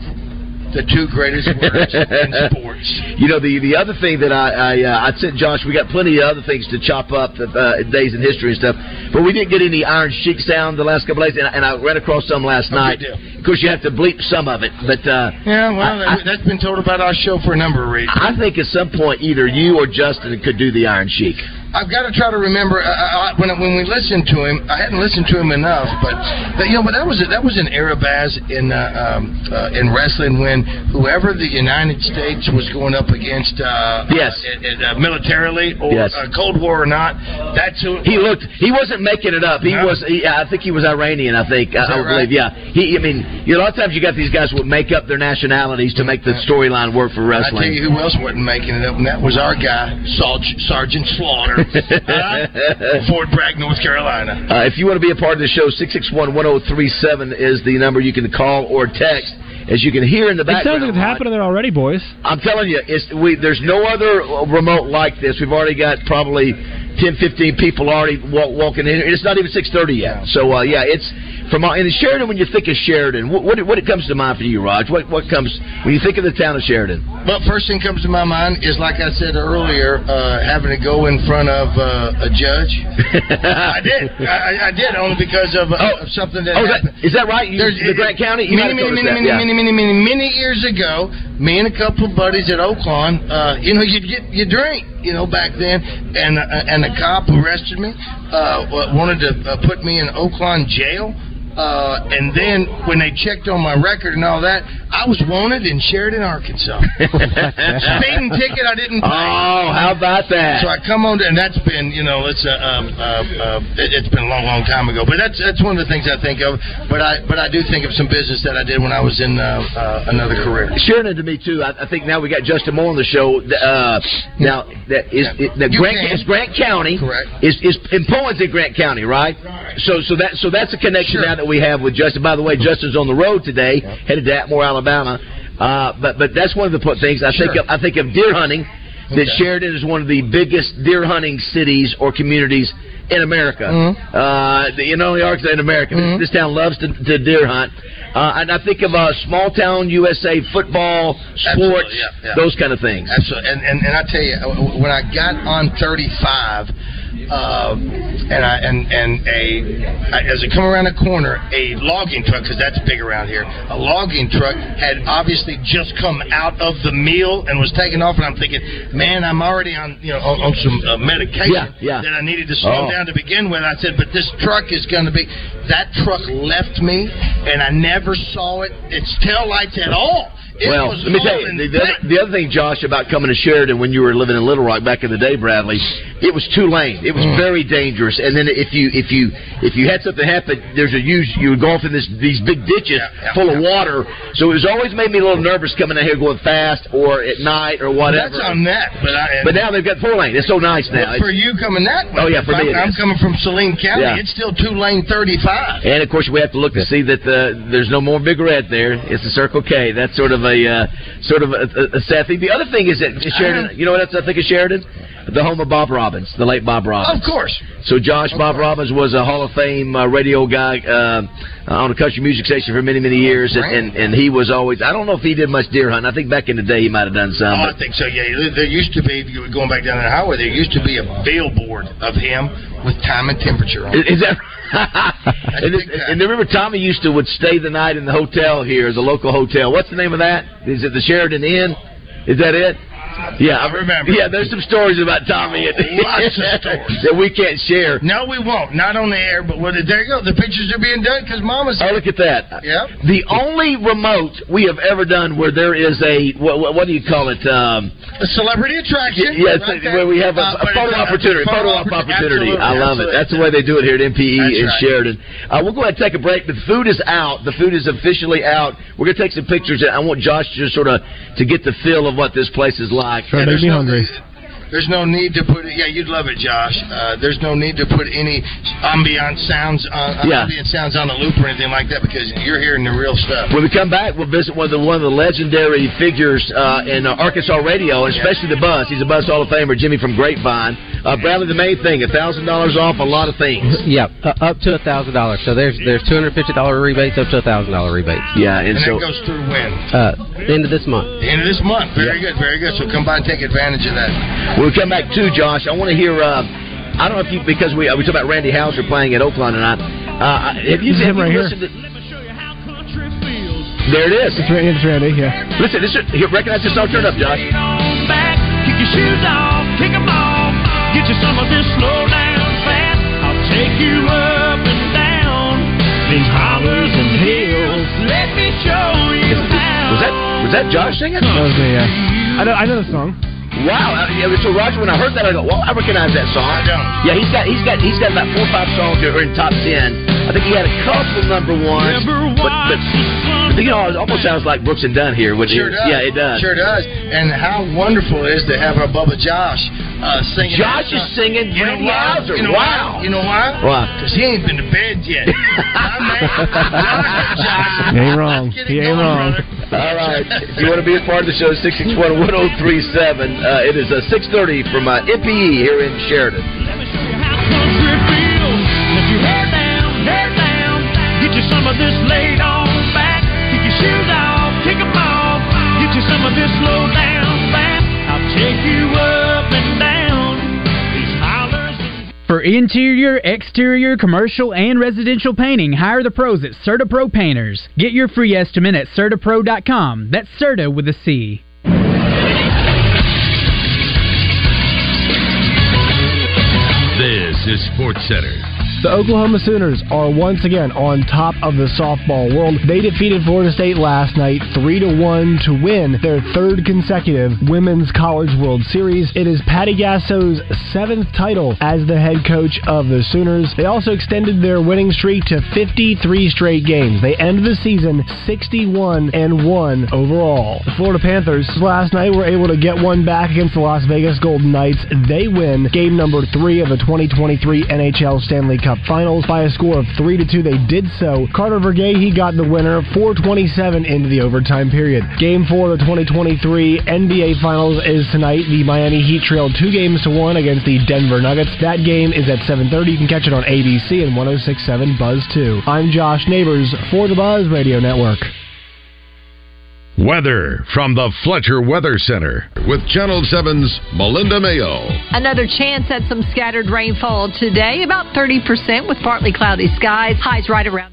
[SPEAKER 10] the two greatest words in sports.
[SPEAKER 9] You know the the other thing that I I, uh, I sent Josh. We got plenty of other things to chop up uh, days in history and stuff, but we didn't get any Iron Sheik sound the last couple of days, and, and I ran across some last night. Of course, you have to bleep some of it, but uh,
[SPEAKER 10] Yeah, well, that, that's been told about our show for a number of reasons.
[SPEAKER 9] I think at some point either you or Justin could do the Iron Sheik.
[SPEAKER 10] I've got to try to remember uh, uh, when when we listened to him. I hadn't listened to him enough, but, but you know, but that was that was an era Baz in uh, um, uh, in wrestling when whoever the United States was going up against, uh,
[SPEAKER 9] Yes.
[SPEAKER 10] uh, it- it, uh, militarily or
[SPEAKER 9] Yes.
[SPEAKER 10] uh, Cold War or not, that's who
[SPEAKER 9] He looked. He wasn't making it up. He was. He, I think he was Iranian. I think. I, I
[SPEAKER 10] that
[SPEAKER 9] would
[SPEAKER 10] right?
[SPEAKER 9] believe. Yeah. He. I mean, you know, a lot of times you got these guys who make up their nationalities to make the storyline work for
[SPEAKER 10] I tell
[SPEAKER 9] wrestling.
[SPEAKER 10] you who else wasn't making it up, and that was our guy, Sarge- Sergeant Slaughter, uh, Fort Bragg, North Carolina.
[SPEAKER 9] Uh, if you want to be a part of the show, 661 1037 is the number you can call or text. As you can hear in the
[SPEAKER 11] It
[SPEAKER 9] background,
[SPEAKER 11] sounds like it's happening there already, boys.
[SPEAKER 9] I'm telling you, it's, we, there's no other remote like this. We've already got probably 10, 15 people already walk, walking in here. It's not even 630 yet. So, uh, yeah, it's from all. And Sheridan, when you think of Sheridan, what, what, what comes to mind for you, Raj? What, what comes when you think of the town of Sheridan?
[SPEAKER 10] Well, first thing comes to my mind is, like I said earlier, uh, having to go in front of uh, a judge. I did. I, I- I did only because of, uh, of something that
[SPEAKER 9] Oh, that-
[SPEAKER 10] happened.
[SPEAKER 9] is that right? You-
[SPEAKER 10] There's-
[SPEAKER 9] the Grant County? You might
[SPEAKER 10] many,
[SPEAKER 9] have
[SPEAKER 10] many,
[SPEAKER 9] told us
[SPEAKER 10] many,
[SPEAKER 9] that,
[SPEAKER 10] many,
[SPEAKER 9] yeah.
[SPEAKER 10] many, many, many, many years ago, me and a couple of buddies at Oakland, uh, you know, you'd get you drink, you know, back then, and uh, and the cop who arrested me uh, wa- wanted to uh, put me in Oakland jail. Uh, and then when they checked on my record and all that, I was wanted in Sheridan, Arkansas. Speeding ticket I didn't pay.
[SPEAKER 9] Oh, how about that?
[SPEAKER 10] So I come on, and that's been, you know, it's a, um, uh, uh, it- it's been a long, long time ago. But that's that's one of the things I think of. But I but I do think of some business that I did when I was in uh, uh, another career.
[SPEAKER 9] Sheridan to me too. I, I think now we got Justin Moore on the show. Uh, now that is that
[SPEAKER 10] You
[SPEAKER 9] Grant
[SPEAKER 10] can.
[SPEAKER 9] is Grant County.
[SPEAKER 10] Correct.
[SPEAKER 9] Is is and Poland's in Grant County, right? So so that so that's a connection now that we have with Justin. By the way, Justin's on the road today, headed to Atmore, Alabama. Uh, but but that's one of the po- things I think
[SPEAKER 5] Sure.
[SPEAKER 9] of. I think of deer hunting. That
[SPEAKER 5] Okay.
[SPEAKER 9] Sheridan is one of the biggest deer hunting cities or communities in America.
[SPEAKER 5] Mhm.
[SPEAKER 12] Mm-hmm.
[SPEAKER 9] Uh, the- you know, the Arkansas in America. This- This, town loves to, to deer hunt. Uh, and I think of uh, small town USA football, sports,
[SPEAKER 10] Absolutely, yeah, yeah.
[SPEAKER 9] those kind of things.
[SPEAKER 10] Absolutely. And, and and I tell you, uh, when I got on 35, uh, and I and and a I- as I come around a corner, a logging truck because that's big around here. A logging truck had obviously just come out of the meal and was taking off, and I'm thinking, man, I'm already on you know on, on some uh, medication
[SPEAKER 9] Yeah, yeah.
[SPEAKER 10] that I needed to slow
[SPEAKER 9] Oh.
[SPEAKER 10] down to begin with. I said, but this truck is going to be. That truck left me, and I never saw it. Its tail lights at all. It
[SPEAKER 9] well,
[SPEAKER 10] was
[SPEAKER 9] let me tell you,
[SPEAKER 10] rolling
[SPEAKER 9] the, the, other, the other thing, Josh, about coming to Sheridan when you were living in Little Rock back in the day, Bradley, it was two lane. It was very dangerous. And then if you if you if you had something happen, there's a huge you would go off in this these big ditches full of water. So it was always made me a little nervous coming out here going fast or at night or whatever.
[SPEAKER 10] That's on that, but I.
[SPEAKER 9] But now they've got four lane. It's so nice now.
[SPEAKER 10] Well, for you coming that way.
[SPEAKER 9] Oh, yeah, for
[SPEAKER 10] If
[SPEAKER 9] me it
[SPEAKER 10] I'm, I'm
[SPEAKER 9] is.
[SPEAKER 10] coming from Saline County.
[SPEAKER 9] Yeah.
[SPEAKER 10] It's still two lane thirty five.
[SPEAKER 9] And of course, we have to look to see that the, there's no more Big Red there. It's a Circle K. That's sort of a uh, sort of a, a, a sad thing. The other thing is that Sheridan. You know what else I think of Sheridan? The home of Bob Robbins, the late Bob Robbins.
[SPEAKER 10] Of course.
[SPEAKER 9] So Josh Bob Robbins was a Hall of Fame uh, radio guy uh, on a country music station for many many years, and, and and he was always. I don't know if he did much deer hunting. I think back in the day he might have done some.
[SPEAKER 10] Oh,
[SPEAKER 9] but-
[SPEAKER 10] I think so. Yeah, There- there used to be going back down the highway. There used to be a billboard of him with time and temperature on. it.
[SPEAKER 9] Is- is that- and, this, and remember, Tommy used to would stay the night in the hotel here, the local hotel. What's the name of that? Is it the Sheridan Inn? Is that it? Yeah, I remember. Yeah, there's some stories about Tommy and-
[SPEAKER 10] Oh, Lots of stories.
[SPEAKER 9] that we can't share.
[SPEAKER 10] No, we won't. Not on the air. But what, there you go. The pictures are being done because Mama's.
[SPEAKER 9] Oh, look at that.
[SPEAKER 10] Yeah.
[SPEAKER 9] The only remote we have ever done where there is a what, what, what do you call it? Um,
[SPEAKER 10] A celebrity attraction.
[SPEAKER 9] Yes,
[SPEAKER 10] Right there.
[SPEAKER 9] where we have a,
[SPEAKER 10] Uh,
[SPEAKER 9] a
[SPEAKER 10] but
[SPEAKER 9] photo
[SPEAKER 10] it's a-
[SPEAKER 9] opportunity.
[SPEAKER 10] photo
[SPEAKER 9] Photo op
[SPEAKER 10] oppor-
[SPEAKER 9] opportunity.
[SPEAKER 10] absolutely,
[SPEAKER 9] I love
[SPEAKER 10] absolutely.
[SPEAKER 9] it. That's the way they do it here at MPE
[SPEAKER 10] That's
[SPEAKER 9] in
[SPEAKER 10] right.
[SPEAKER 9] Sheridan. Uh, we'll go ahead and take a break, but the food is out. The food is officially out. We're going to take some pictures. and I want Josh to just sort of to get the feel of what this place is like.
[SPEAKER 11] Sure, make me hungry.
[SPEAKER 10] There's no need to put it. Yeah, you'd love it, Josh. Uh, there's no need to put any ambient sounds, on,
[SPEAKER 9] Yeah.
[SPEAKER 10] ambient sounds on a loop or anything like that because you're hearing the real stuff.
[SPEAKER 9] When we come back, we'll visit one of the one of the legendary figures uh, in uh, Arkansas radio, and especially the Buzz. He's a Buzz Hall of Famer, Jimmy from Grapevine. Uh, Bradley, the main thing, a thousand dollars off a lot of things.
[SPEAKER 13] Yeah, uh, up to a thousand dollars. So there's there's two hundred fifty dollar rebates up to a thousand dollar rebates.
[SPEAKER 9] Yeah,
[SPEAKER 10] And that goes through when?
[SPEAKER 13] uh, the end of this month.
[SPEAKER 10] The end of this month. Very good, very good. So come by and take advantage of that.
[SPEAKER 9] When we come back too, Josh, I want to hear. Uh, I don't know if you because we uh, we talked about Randy Hauser playing at Oakland tonight. Uh, have you,
[SPEAKER 11] This is
[SPEAKER 9] have
[SPEAKER 11] him
[SPEAKER 9] you
[SPEAKER 11] right here.
[SPEAKER 9] listened To, there it is.
[SPEAKER 11] It's Randy. It's Randy. Yeah.
[SPEAKER 9] Listen, this is, here, recognize this song. Turn it up, Josh.
[SPEAKER 4] Kick your shoes off, kick 'em off. Get you some of this slow down fast. I'll take you up and down these hollers and hills. Let me show you how.
[SPEAKER 9] Was that was that Josh singing?
[SPEAKER 11] That was me. Yeah. I know. I know the song.
[SPEAKER 9] Wow. uh, yeah, So Roger, when I heard that, I go, "Well, I recognize that song." I don't. Yeah, he's got he's got he's got about four or five songs that are in top ten. I think he had a couple number ones. but, but, but you know, it almost sounds like Brooks and Dunn here, which
[SPEAKER 10] Sure
[SPEAKER 9] is,
[SPEAKER 10] does.
[SPEAKER 9] yeah, it does.
[SPEAKER 10] Sure does. And how wonderful it is to have our Bubba Josh uh, singing.
[SPEAKER 9] Josh is
[SPEAKER 10] that song.
[SPEAKER 9] singing
[SPEAKER 10] You know
[SPEAKER 9] Randy
[SPEAKER 10] why?
[SPEAKER 9] Houser.
[SPEAKER 10] You know
[SPEAKER 9] Wow.
[SPEAKER 10] Why? You know why?
[SPEAKER 9] Why?
[SPEAKER 10] Because he ain't been to bed yet. My man, Josh.
[SPEAKER 9] Ah,
[SPEAKER 11] He ain't wrong. He ain't wrong.
[SPEAKER 9] All right. If you want to be a part of the show, 661-1037. Uh, it is uh, 630 from uh, MPE here in Sheridan.
[SPEAKER 4] Let your hair down, hair down. Get you some of this laid on back. Kick your shoes off, kick 'em off. Get you some of this slow down fast. I'll take you up and down these hollers.
[SPEAKER 5] For interior, exterior, commercial, and residential painting, hire the pros at Certa Pro Painters. Get your free estimate at CertaPro.com. That's Certa with a C.
[SPEAKER 14] This is Sports Center.
[SPEAKER 11] The Oklahoma Sooners are once again on top of the softball world. They defeated Florida State last night 3 to 1 to win their third consecutive Women's College World Series. It is Patty Gasso's seventh title as the head coach of the Sooners. They also extended their winning streak to 53 straight games. They end the season 61 and 1 overall. The Florida Panthers last night were able to get one back against the Las Vegas Golden Knights. They win game number 3 of the 2023 NHL Stanley Cup Finals by a score of 3 to 2. They did so. Carter Vergay, he got the winner 427 into the overtime period. Game 4 of the 2023 NBA Finals is tonight. The Miami Heat trailed 2 games to 1 against the Denver Nuggets. That game is at 7:30. You can catch it on ABC and 1067 Buzz 2. I'm Josh Neighbors for the Buzz Radio Network.
[SPEAKER 7] Weather from the Fletcher Weather Center with Channel 7's Melinda Mayo.
[SPEAKER 15] Another chance at some scattered rainfall today, about 30% with partly cloudy skies, highs right around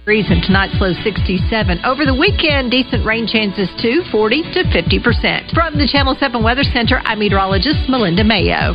[SPEAKER 15] degrees and tonight's low 67. Over the weekend, decent rain chances too, 40 to 50%. From the Channel 7 Weather Center, I'm meteorologist Melinda Mayo.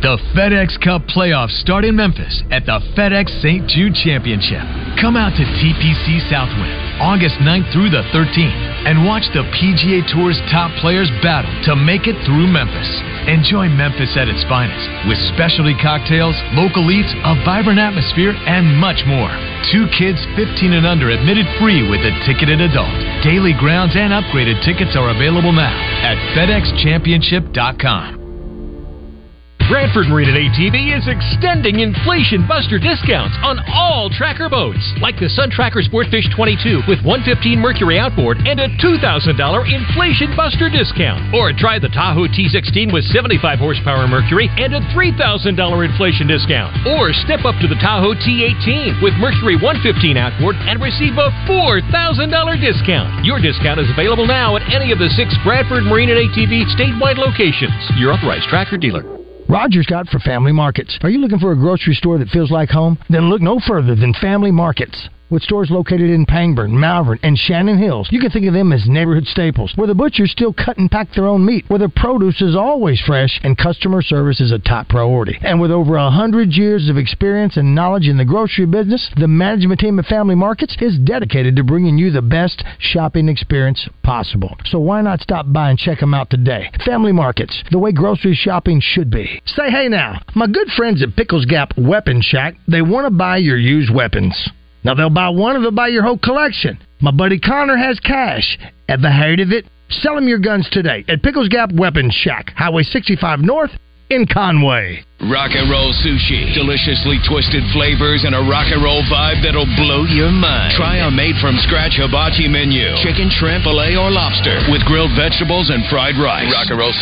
[SPEAKER 4] The FedEx Cup playoffs start in Memphis at the FedEx St. Jude Championship. Come out to TPC Southwind August 9th through the 13th and watch the PGA Tour's top players battle to make it through Memphis. Enjoy Memphis at its finest with specialty cocktails, local eats, a vibrant atmosphere, and much more. Two kids 15 and under admitted free with a ticketed adult. Daily grounds and upgraded tickets are available now at FedExChampionship.com.
[SPEAKER 16] Bradford Marine and ATV is extending inflation buster discounts on all tracker boats, like the Sun Tracker Sportfish 22 with 115 Mercury outboard and a $2,000 inflation buster discount. Or try the Tahoe T16 with 75 horsepower Mercury and a $3,000 inflation discount. Or step up to the Tahoe T18 with Mercury 115 outboard and receive a $4,000 discount. Your discount is available now at any of the six Bradford Marine and ATV statewide locations. Your authorized tracker dealer.
[SPEAKER 10] Roger's got for family markets. Are you looking for a grocery store that feels like home? Then look no further than Family Markets. With stores located in Pangburn, Malvern, and Shannon Hills, you can think of them as neighborhood staples, where the butchers still cut and pack their own meat, where the produce is always fresh, and customer service is a top priority. And with over a hundred years of experience and knowledge in the grocery business, the management team at Family Markets is dedicated to bringing you the best shopping experience possible. So why not stop by and check them out today? Family Markets, the way grocery shopping should be. Say hey now, my good friends at Pickles Gap Weapon Shack, they want to buy your used weapons. Now they'll buy one and they'll buy your whole collection. My buddy Connor has cash. Ever heard of it? Sell him your guns today at Pickles Gap Weapon Shack, Highway 65 North in Conway.
[SPEAKER 17] Rock and roll sushi. Deliciously twisted flavors and a rock and roll vibe that'll blow your mind. Try a made from scratch hibachi menu. Chicken, shrimp, filet, or lobster with grilled vegetables and fried rice.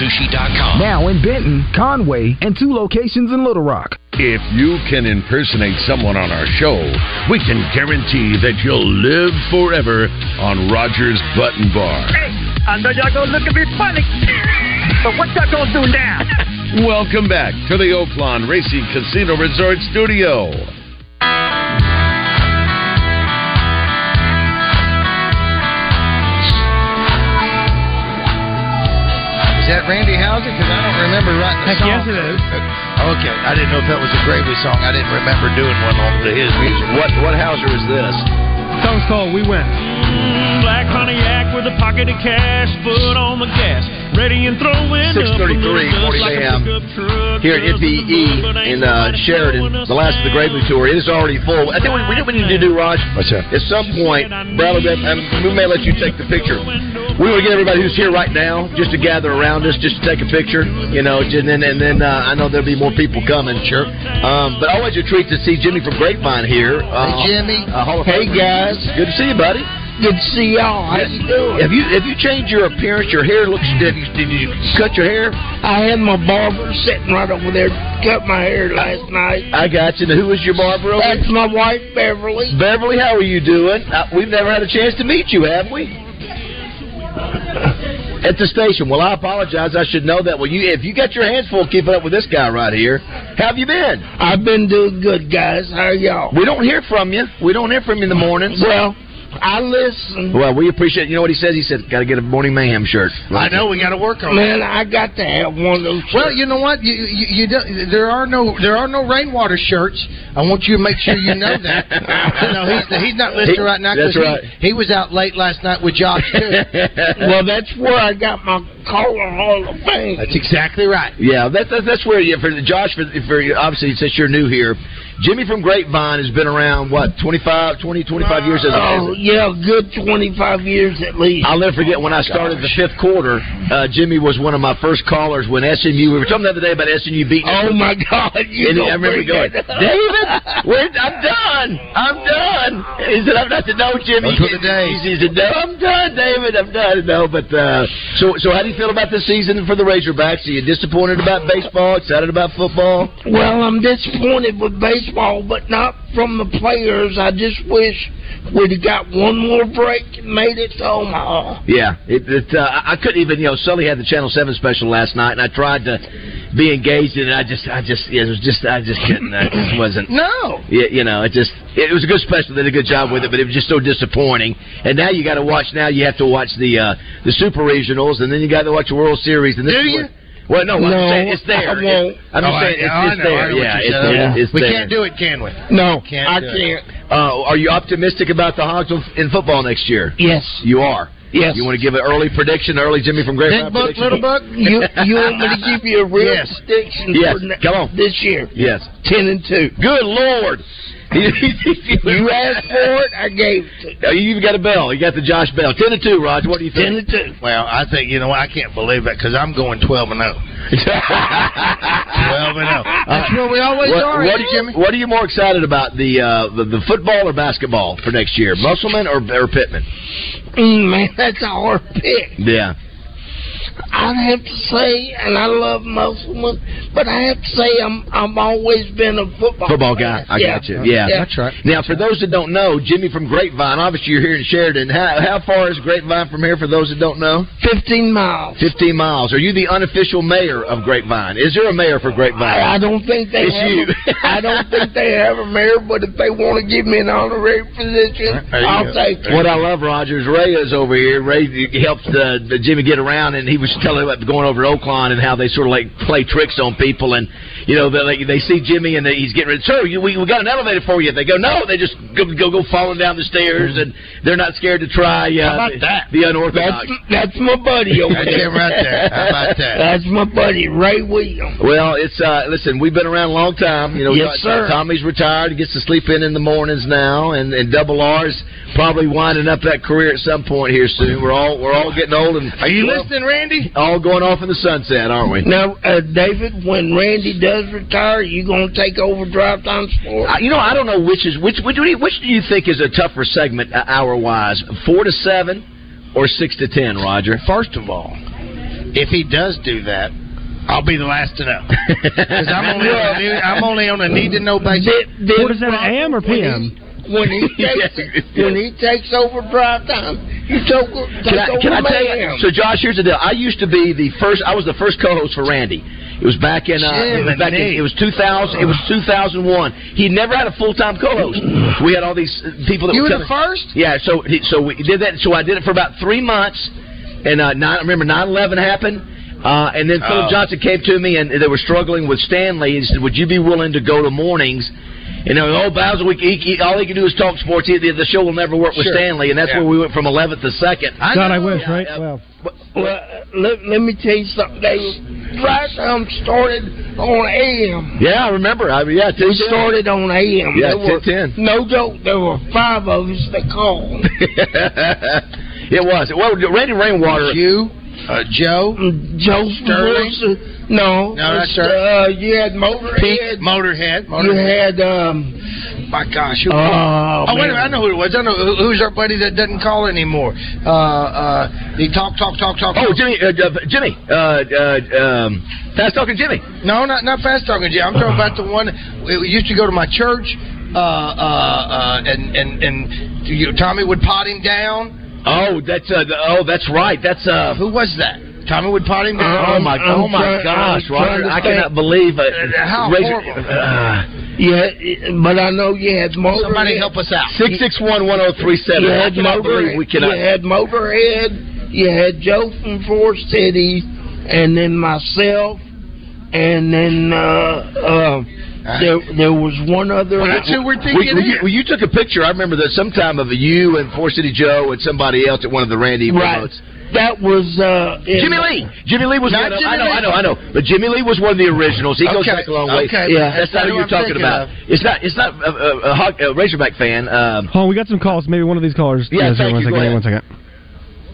[SPEAKER 17] Rockandrollsushi.com.
[SPEAKER 18] Now in Benton, Conway, and two locations in Little Rock.
[SPEAKER 7] If you can impersonate someone on our show, we can guarantee that you'll live forever on Roger's Button Bar.
[SPEAKER 19] Hey, I know y'all gonna look at me funny, but what y'all gonna do now?
[SPEAKER 7] Welcome back to the Oakland Racing Casino Resort Studio.
[SPEAKER 20] Is that Randy Houser? Because I don't remember writing the
[SPEAKER 21] Heck, yes,
[SPEAKER 20] song.
[SPEAKER 21] it is.
[SPEAKER 20] Okay, I didn't know if that was a Gravely song. I didn't remember doing one on to his music. What what Houser is this?
[SPEAKER 22] Song's called We Win.
[SPEAKER 23] Black Pontiac with a pocket of cash, foot on the gas, ready and throwing
[SPEAKER 9] 6:33, 40 a.m. here at FBE in uh, Sheridan, the last of the Gravely Tour. It is already full. I think we, we know what we need to do, Raj.
[SPEAKER 20] What's that?
[SPEAKER 9] At some point, Bradley, Beth, um, we may let you take the picture. We want to get everybody who's here right now just to gather around us, just to take a picture, you know, and then, and then uh, I know there'll be more people coming, sure. Um, but always a treat to see Jimmy from Grapevine here. Uh,
[SPEAKER 20] Hey, Jimmy.
[SPEAKER 9] Uh, Hall of
[SPEAKER 20] Hey,
[SPEAKER 9] Famer.
[SPEAKER 20] guys.
[SPEAKER 9] Good to see you, buddy.
[SPEAKER 20] Good to see y'all. How you doing?
[SPEAKER 9] Have you have you changed your appearance? Your hair looks. Did you, did you cut your hair?
[SPEAKER 12] I had my barber sitting right over there, cut my hair last night.
[SPEAKER 9] I got you. Now, Who was your barber? Over?
[SPEAKER 12] That's my wife, Beverly.
[SPEAKER 9] Beverly, how are you doing? Uh, we've never had a chance to meet you, have we? At the station. Well, I apologize. I should know that. Well, you if you got your hands full keeping up with this guy right here, how have you been?
[SPEAKER 12] I've been doing good, guys. How are y'all?
[SPEAKER 9] We don't hear from you. We don't hear from you in the mornings.
[SPEAKER 12] Well, I listen.
[SPEAKER 9] Well, we appreciate. You know what he says? He says, "Got to get a morning mayhem shirt."
[SPEAKER 20] I know we got to work on
[SPEAKER 12] Man,
[SPEAKER 20] that.
[SPEAKER 12] I got to have one of those.
[SPEAKER 20] Well, you know what? You, you, you don't, there are no there are no rainwater shirts. I want you to make sure you know that. no, he's, he's not listening
[SPEAKER 12] He-
[SPEAKER 20] right now.
[SPEAKER 12] that's
[SPEAKER 20] 'cause
[SPEAKER 12] right.
[SPEAKER 20] He, he was out late last night with Josh too.
[SPEAKER 12] well, that's where I got my Cola Hall of Fame.
[SPEAKER 9] That's exactly right. Yeah, that, that, that's where you for Josh for, for obviously since you're new here, Jimmy from Grapevine has been around what 25, 20, 25 years as a
[SPEAKER 12] Oh, yeah, good 25 years at least.
[SPEAKER 9] I'll never forget when I started the fifth quarter. Uh, Jimmy was one of my first callers when SMU. We were talking the other day about SMU beating.
[SPEAKER 12] Oh, my God, you
[SPEAKER 9] And I
[SPEAKER 12] gonna
[SPEAKER 9] remember
[SPEAKER 12] bring
[SPEAKER 9] going,
[SPEAKER 12] that up.
[SPEAKER 9] David, we're, I'm done. I'm done. He said, "I'm not to know, Jimmy." He he said, "No, I'm done, David. I'm done." No, but uh, so so, how do you feel about this season for the Razorbacks? Are you disappointed about baseball? Excited about football?
[SPEAKER 12] Well, I'm disappointed with baseball, but not from the players. I just wish we'd have got one more break and made it to Omaha.
[SPEAKER 9] Yeah, it, it, uh, I I couldn't even. You know, Sully had the Channel Seven special last night, and I tried to be engaged in it. I just, I just, yeah, it was just, I just couldn't. I just wasn't.
[SPEAKER 12] No.
[SPEAKER 9] Yeah, you know, it just, it was a good special. They did a good job with it, but it was just so disappointing. And now you got to watch. Now you have to watch the uh, the Super Regionals, and then you got to watch the World Series. And this
[SPEAKER 12] Do
[SPEAKER 9] is
[SPEAKER 12] you?
[SPEAKER 9] where- well, no, I'm
[SPEAKER 12] No,
[SPEAKER 9] saying it's there.
[SPEAKER 12] I won't.
[SPEAKER 9] It- I'm just
[SPEAKER 12] Oh, I-
[SPEAKER 9] saying it's,
[SPEAKER 12] I
[SPEAKER 9] it's
[SPEAKER 12] know, I
[SPEAKER 9] there.
[SPEAKER 12] know what
[SPEAKER 9] Yeah,
[SPEAKER 12] you're
[SPEAKER 9] it's,
[SPEAKER 12] saying.
[SPEAKER 9] there.
[SPEAKER 12] Yeah.
[SPEAKER 9] it's
[SPEAKER 12] We
[SPEAKER 9] there.
[SPEAKER 12] can't
[SPEAKER 9] do it, can we?
[SPEAKER 12] No, I
[SPEAKER 9] do it.
[SPEAKER 12] can't.
[SPEAKER 9] Uh, are you optimistic about the Hogs in football next year?
[SPEAKER 12] Yes.
[SPEAKER 9] You are?
[SPEAKER 12] Yes.
[SPEAKER 9] You want to give an early prediction, early Jimmy from Great
[SPEAKER 12] Big Buck, Little Buck, you, you want me to give you a real
[SPEAKER 9] Yes.
[SPEAKER 12] prediction
[SPEAKER 9] Yes,
[SPEAKER 12] for ne-
[SPEAKER 9] come on.
[SPEAKER 12] this year?
[SPEAKER 9] Yes.
[SPEAKER 12] 10 and 2.
[SPEAKER 9] Good Lord. you
[SPEAKER 12] You asked for it, I gave it to you.
[SPEAKER 9] You've got a bell. You got the Josh Bell. 10 to 2, Roger. What do you think? 10
[SPEAKER 12] to 2.
[SPEAKER 9] Well, I think, you know, I can't believe it because I'm going 12 and oh. 0. 12 and 0. That's
[SPEAKER 12] oh. where we always
[SPEAKER 9] what,
[SPEAKER 12] are,
[SPEAKER 9] What
[SPEAKER 12] ain't
[SPEAKER 9] are, you, what are you more excited about, the, uh, the the football or basketball for next year? Musselman or, or Pittman?
[SPEAKER 12] Mm, man, that's a hard pick.
[SPEAKER 9] Yeah.
[SPEAKER 12] I'd have to say, and I love Musselman, but I have to say I'm I've always been a football
[SPEAKER 9] Football guy. I
[SPEAKER 12] Yeah.
[SPEAKER 9] got you. Yeah.
[SPEAKER 12] right.
[SPEAKER 9] Now, for those that don't know, Jimmy from Grapevine, obviously you're here in Sheridan. How, how far is Grapevine from here for those that don't know?
[SPEAKER 12] 15 miles.
[SPEAKER 9] 15 miles. Are you the unofficial mayor of Grapevine? Is there a mayor for Grapevine?
[SPEAKER 12] I, I don't think they
[SPEAKER 9] It's
[SPEAKER 12] have
[SPEAKER 9] you.
[SPEAKER 12] A, I don't think they have a mayor, but if they want to give me an honorary position,
[SPEAKER 9] There you go.
[SPEAKER 12] I'll take it.
[SPEAKER 9] What I love, Roger, is Ray is over here. Ray helped uh, Jimmy get around, and he was telling about going over to Oakland and how they sort of like play tricks on people. And you know, they like, they see Jimmy and they, he's getting ready. Sir, you, we, we got an elevator for you. They go, no, they just go go, go falling down the stairs, and they're not scared to try. Uh,
[SPEAKER 12] How about
[SPEAKER 9] the-
[SPEAKER 12] that?
[SPEAKER 9] The unorthodox.
[SPEAKER 12] That's, that's my buddy over there.
[SPEAKER 9] That's him right there. How about that?
[SPEAKER 12] That's my buddy, Ray Williams.
[SPEAKER 9] Well, it's uh listen, we've been around a long time. You know,
[SPEAKER 12] Yes,
[SPEAKER 9] Tom-
[SPEAKER 12] sir.
[SPEAKER 9] Tommy's retired, gets to sleep in in the mornings now, and, and Double R's probably winding up that career at some point here soon. We're all we're all getting old, and
[SPEAKER 12] Are you listening, Randy?
[SPEAKER 9] All going off in the sunset, aren't we?
[SPEAKER 12] Now, uh, David, when Randy does retire, you going to take over drive time sports?
[SPEAKER 9] I- You know, I don't know which is which. Which, do you- which do you think is a tougher segment hour wise, four to seven or six to ten, Roger?
[SPEAKER 12] First of all,
[SPEAKER 9] if he does do that,
[SPEAKER 12] I'll be the last to know.
[SPEAKER 9] Because
[SPEAKER 12] I'm
[SPEAKER 9] only on a need- I'm only on a need-to-know basis.
[SPEAKER 12] What is that, AM or PM? When he, takes, when he takes over drive time, you took, take
[SPEAKER 9] Can I,
[SPEAKER 12] over
[SPEAKER 9] can I tell you?
[SPEAKER 12] Mayhem.
[SPEAKER 9] So, Josh, here's the deal. I used to be the first. I was the first co-host for Randy. It was back in. Uh, it was back in. It was 2000. It was 2001. He never had a full-time co-host. We had all these uh, people that
[SPEAKER 12] You
[SPEAKER 9] were
[SPEAKER 12] were the
[SPEAKER 9] coming. first. Yeah. So, he- so we did that. So I did it for about three months, and uh, nine, I remember 9/11 happened. Uh, and then Philip
[SPEAKER 12] Oh.
[SPEAKER 9] Johnson came to me, and they were struggling with Stanley, and said, "Would you be willing to go to mornings?" And they were, "Oh, Bowser, we, he, he- all he can do is talk sports. He, the, the show will never work with
[SPEAKER 12] Sure.
[SPEAKER 9] Stanley." And that's
[SPEAKER 12] Yeah.
[SPEAKER 9] where we went from 11th to second.
[SPEAKER 12] God, I
[SPEAKER 11] wish, right? Well,
[SPEAKER 12] Well, uh, let, let me tell you something, David. Drive time started on AM.
[SPEAKER 9] Yeah, I remember. I yeah,
[SPEAKER 12] We started on AM.
[SPEAKER 9] Yeah,
[SPEAKER 12] There were-
[SPEAKER 9] 10.
[SPEAKER 12] No joke, there were five of us that called.
[SPEAKER 9] it was. Well, Randy Rainwater. You, uh, Joe,
[SPEAKER 12] Joe Wilson. No,
[SPEAKER 9] No,
[SPEAKER 12] it's,
[SPEAKER 9] that's right.
[SPEAKER 12] Uh, you had Motorhead.
[SPEAKER 9] Motorhead.
[SPEAKER 12] You had um. My gosh. Who Oh,
[SPEAKER 10] oh wait a minute!
[SPEAKER 12] man.
[SPEAKER 10] I know who it was. I know who- who's our buddy that doesn't call anymore. Uh, uh, he talk, talk, talk, talk.
[SPEAKER 9] Oh,
[SPEAKER 10] talk.
[SPEAKER 9] Jimmy, uh, uh, Jimmy, uh, uh, um, fast talking Jimmy.
[SPEAKER 10] No, not not fast talking Jimmy. I'm talking about the one we we used to go to my church, uh, uh, uh, and and and you know, Tommy would pot him down.
[SPEAKER 9] Oh, that's uh, the- oh, that's right. That's uh,
[SPEAKER 10] who was that? Tommy would pot him down.
[SPEAKER 9] Oh my, oh my gosh, Roger! I cannot believe it.
[SPEAKER 12] Uh, how horrible.
[SPEAKER 9] Uh,
[SPEAKER 12] Yeah, but I know you had Motorhead.
[SPEAKER 9] Somebody help us out. Six six one one zero three seven.
[SPEAKER 12] You
[SPEAKER 9] I
[SPEAKER 12] had
[SPEAKER 9] cannot believe we cannot.
[SPEAKER 12] You had Motorhead. You had Joe from Four Cities, and then myself, and then uh, uh, there there was one other.
[SPEAKER 9] We- we- well, you took a picture. I remember that sometime of you and Four City Joe and somebody else at one of the Randy
[SPEAKER 12] Right.
[SPEAKER 9] remotes.
[SPEAKER 12] that was uh, in-
[SPEAKER 9] Jimmy Lee. Jimmy Lee was one
[SPEAKER 12] Not
[SPEAKER 9] of-
[SPEAKER 12] Jimmy
[SPEAKER 9] I know,
[SPEAKER 12] Lee.
[SPEAKER 9] I know, I know. But Jimmy Lee was one of the originals. He goes
[SPEAKER 12] Okay,
[SPEAKER 9] back a long way.
[SPEAKER 12] okay.
[SPEAKER 9] yeah, that's
[SPEAKER 12] That's
[SPEAKER 9] not
[SPEAKER 12] who
[SPEAKER 9] who you're
[SPEAKER 12] I'm
[SPEAKER 9] talking
[SPEAKER 12] thinking
[SPEAKER 9] about.
[SPEAKER 12] of.
[SPEAKER 9] It's not. It's not a, a, a, Hawk- a Razorback fan. Um,
[SPEAKER 11] Hold on, we got some calls. Maybe one of these callers.
[SPEAKER 9] Yeah,
[SPEAKER 11] sir,
[SPEAKER 9] thank
[SPEAKER 11] one
[SPEAKER 9] you.
[SPEAKER 11] second,
[SPEAKER 9] Go
[SPEAKER 11] hang on one second.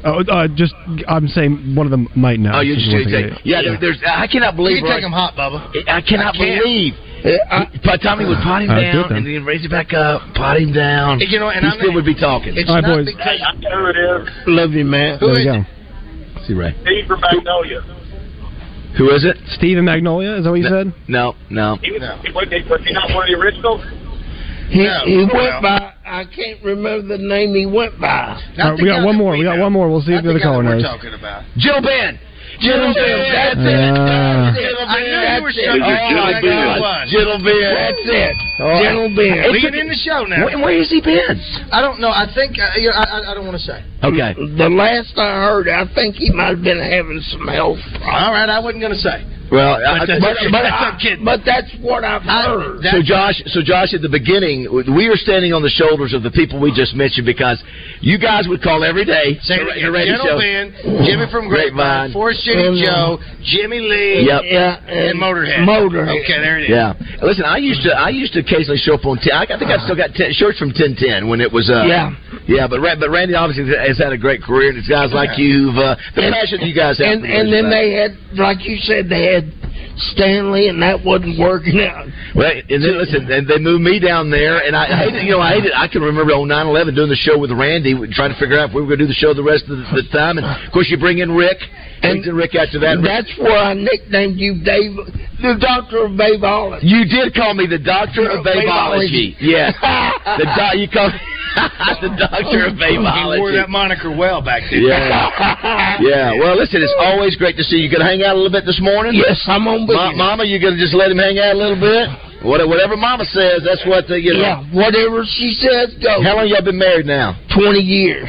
[SPEAKER 11] Oh, uh, just I'm saying one of them might know.
[SPEAKER 9] oh, you just
[SPEAKER 11] Just one
[SPEAKER 9] take.
[SPEAKER 11] second.
[SPEAKER 9] Yeah, there- there's. I cannot believe.
[SPEAKER 10] You can take
[SPEAKER 9] Roy-
[SPEAKER 10] him hot, Bubba.
[SPEAKER 9] I cannot
[SPEAKER 10] I can't.
[SPEAKER 9] believe.
[SPEAKER 12] Uh,
[SPEAKER 9] But Tommy would pot him
[SPEAKER 10] I
[SPEAKER 9] down
[SPEAKER 10] did that.
[SPEAKER 9] and then raise it back up, pot him down.
[SPEAKER 10] You know, and
[SPEAKER 9] he
[SPEAKER 10] I'm
[SPEAKER 9] still
[SPEAKER 10] not-
[SPEAKER 9] would be talking.
[SPEAKER 10] It's All right, not boys.
[SPEAKER 9] because
[SPEAKER 12] I know who it is. Love you, man.
[SPEAKER 11] There we go.
[SPEAKER 9] See Ray.
[SPEAKER 12] Steve from Magnolia.
[SPEAKER 9] Who is it?
[SPEAKER 11] Steve and Magnolia. Is that what you said?
[SPEAKER 9] No, no.
[SPEAKER 12] He was, was, he, was he not one of the originals?
[SPEAKER 9] He,
[SPEAKER 12] He went by. I can't remember the name he went by.
[SPEAKER 11] All right, we got one more. We got one more. We'll see if the other caller knows.
[SPEAKER 12] about.
[SPEAKER 9] Jill Ben.
[SPEAKER 12] Jill Ben. That's it.
[SPEAKER 11] Ah.
[SPEAKER 12] That's it.
[SPEAKER 10] I knew you were
[SPEAKER 12] That's it.
[SPEAKER 10] shut
[SPEAKER 12] Oh, my God. Gentle Ben. That's it. Gentle Ben.
[SPEAKER 10] Leave it in the show now.
[SPEAKER 12] Where- where has he been?
[SPEAKER 10] I don't know. I think uh, you know, I, I, I don't want to say.
[SPEAKER 9] Okay.
[SPEAKER 12] The last I heard, I think he might have been having some health problems.
[SPEAKER 10] All right, I wasn't going to say.
[SPEAKER 9] Well, I-
[SPEAKER 12] but,
[SPEAKER 9] I-
[SPEAKER 12] but,
[SPEAKER 9] but-
[SPEAKER 12] I- but that's what I've heard.
[SPEAKER 9] So Josh, so Josh, at the beginning, we are standing on the shoulders of the people we just mentioned because you guys would call every day.
[SPEAKER 10] Say,
[SPEAKER 9] the ra- the radio
[SPEAKER 10] Gentle
[SPEAKER 9] show.
[SPEAKER 10] Ben, Jimmy from Grapevine, Forest City Joe, Jimmy Lee,
[SPEAKER 9] Yep.
[SPEAKER 12] Yeah,
[SPEAKER 10] and Motorhead.
[SPEAKER 12] Motorhead.
[SPEAKER 10] Okay, there it is.
[SPEAKER 9] Yeah. Listen, I used to I used to occasionally show up on ten. I think I still got 10, shirts from ten ten when it was. Uh,
[SPEAKER 12] Yeah.
[SPEAKER 9] Yeah, but Ra- but Randy obviously has had a great career, and it's guys like
[SPEAKER 12] Yeah.
[SPEAKER 9] you who've uh, the
[SPEAKER 12] And-
[SPEAKER 9] passion you guys have.
[SPEAKER 12] And
[SPEAKER 9] for
[SPEAKER 12] and
[SPEAKER 9] this,
[SPEAKER 12] then
[SPEAKER 9] uh,
[SPEAKER 12] they had, like you said, they had Stanley, and that wasn't working out.
[SPEAKER 9] Well, and then listen, and they moved me down there, and I hated, you know, I hated. I can remember on 9-11 doing the show with Randy, we- trying to figure out if we were going to do the show the rest of the, the time, and of course you bring in Rick, and Rick after that.
[SPEAKER 12] And that's where I nicknamed you Dave, the Doctor of Babology.
[SPEAKER 9] You did call me the Doctor of Babology. Yes, the doc. You call the Doctor of
[SPEAKER 10] He wore
[SPEAKER 9] Babology.
[SPEAKER 10] that moniker well back then.
[SPEAKER 9] Yeah. Yeah. Well, listen, it's always great to see you. Going to hang out a little bit this morning?
[SPEAKER 12] Yes, I'm on with
[SPEAKER 9] Ma-
[SPEAKER 12] you.
[SPEAKER 9] Mama, you going to just let him hang out a little bit? What- Whatever Mama says, that's what the, you know.
[SPEAKER 12] Yeah, whatever she says goes.
[SPEAKER 9] How long y'all been married now?
[SPEAKER 12] Twenty years.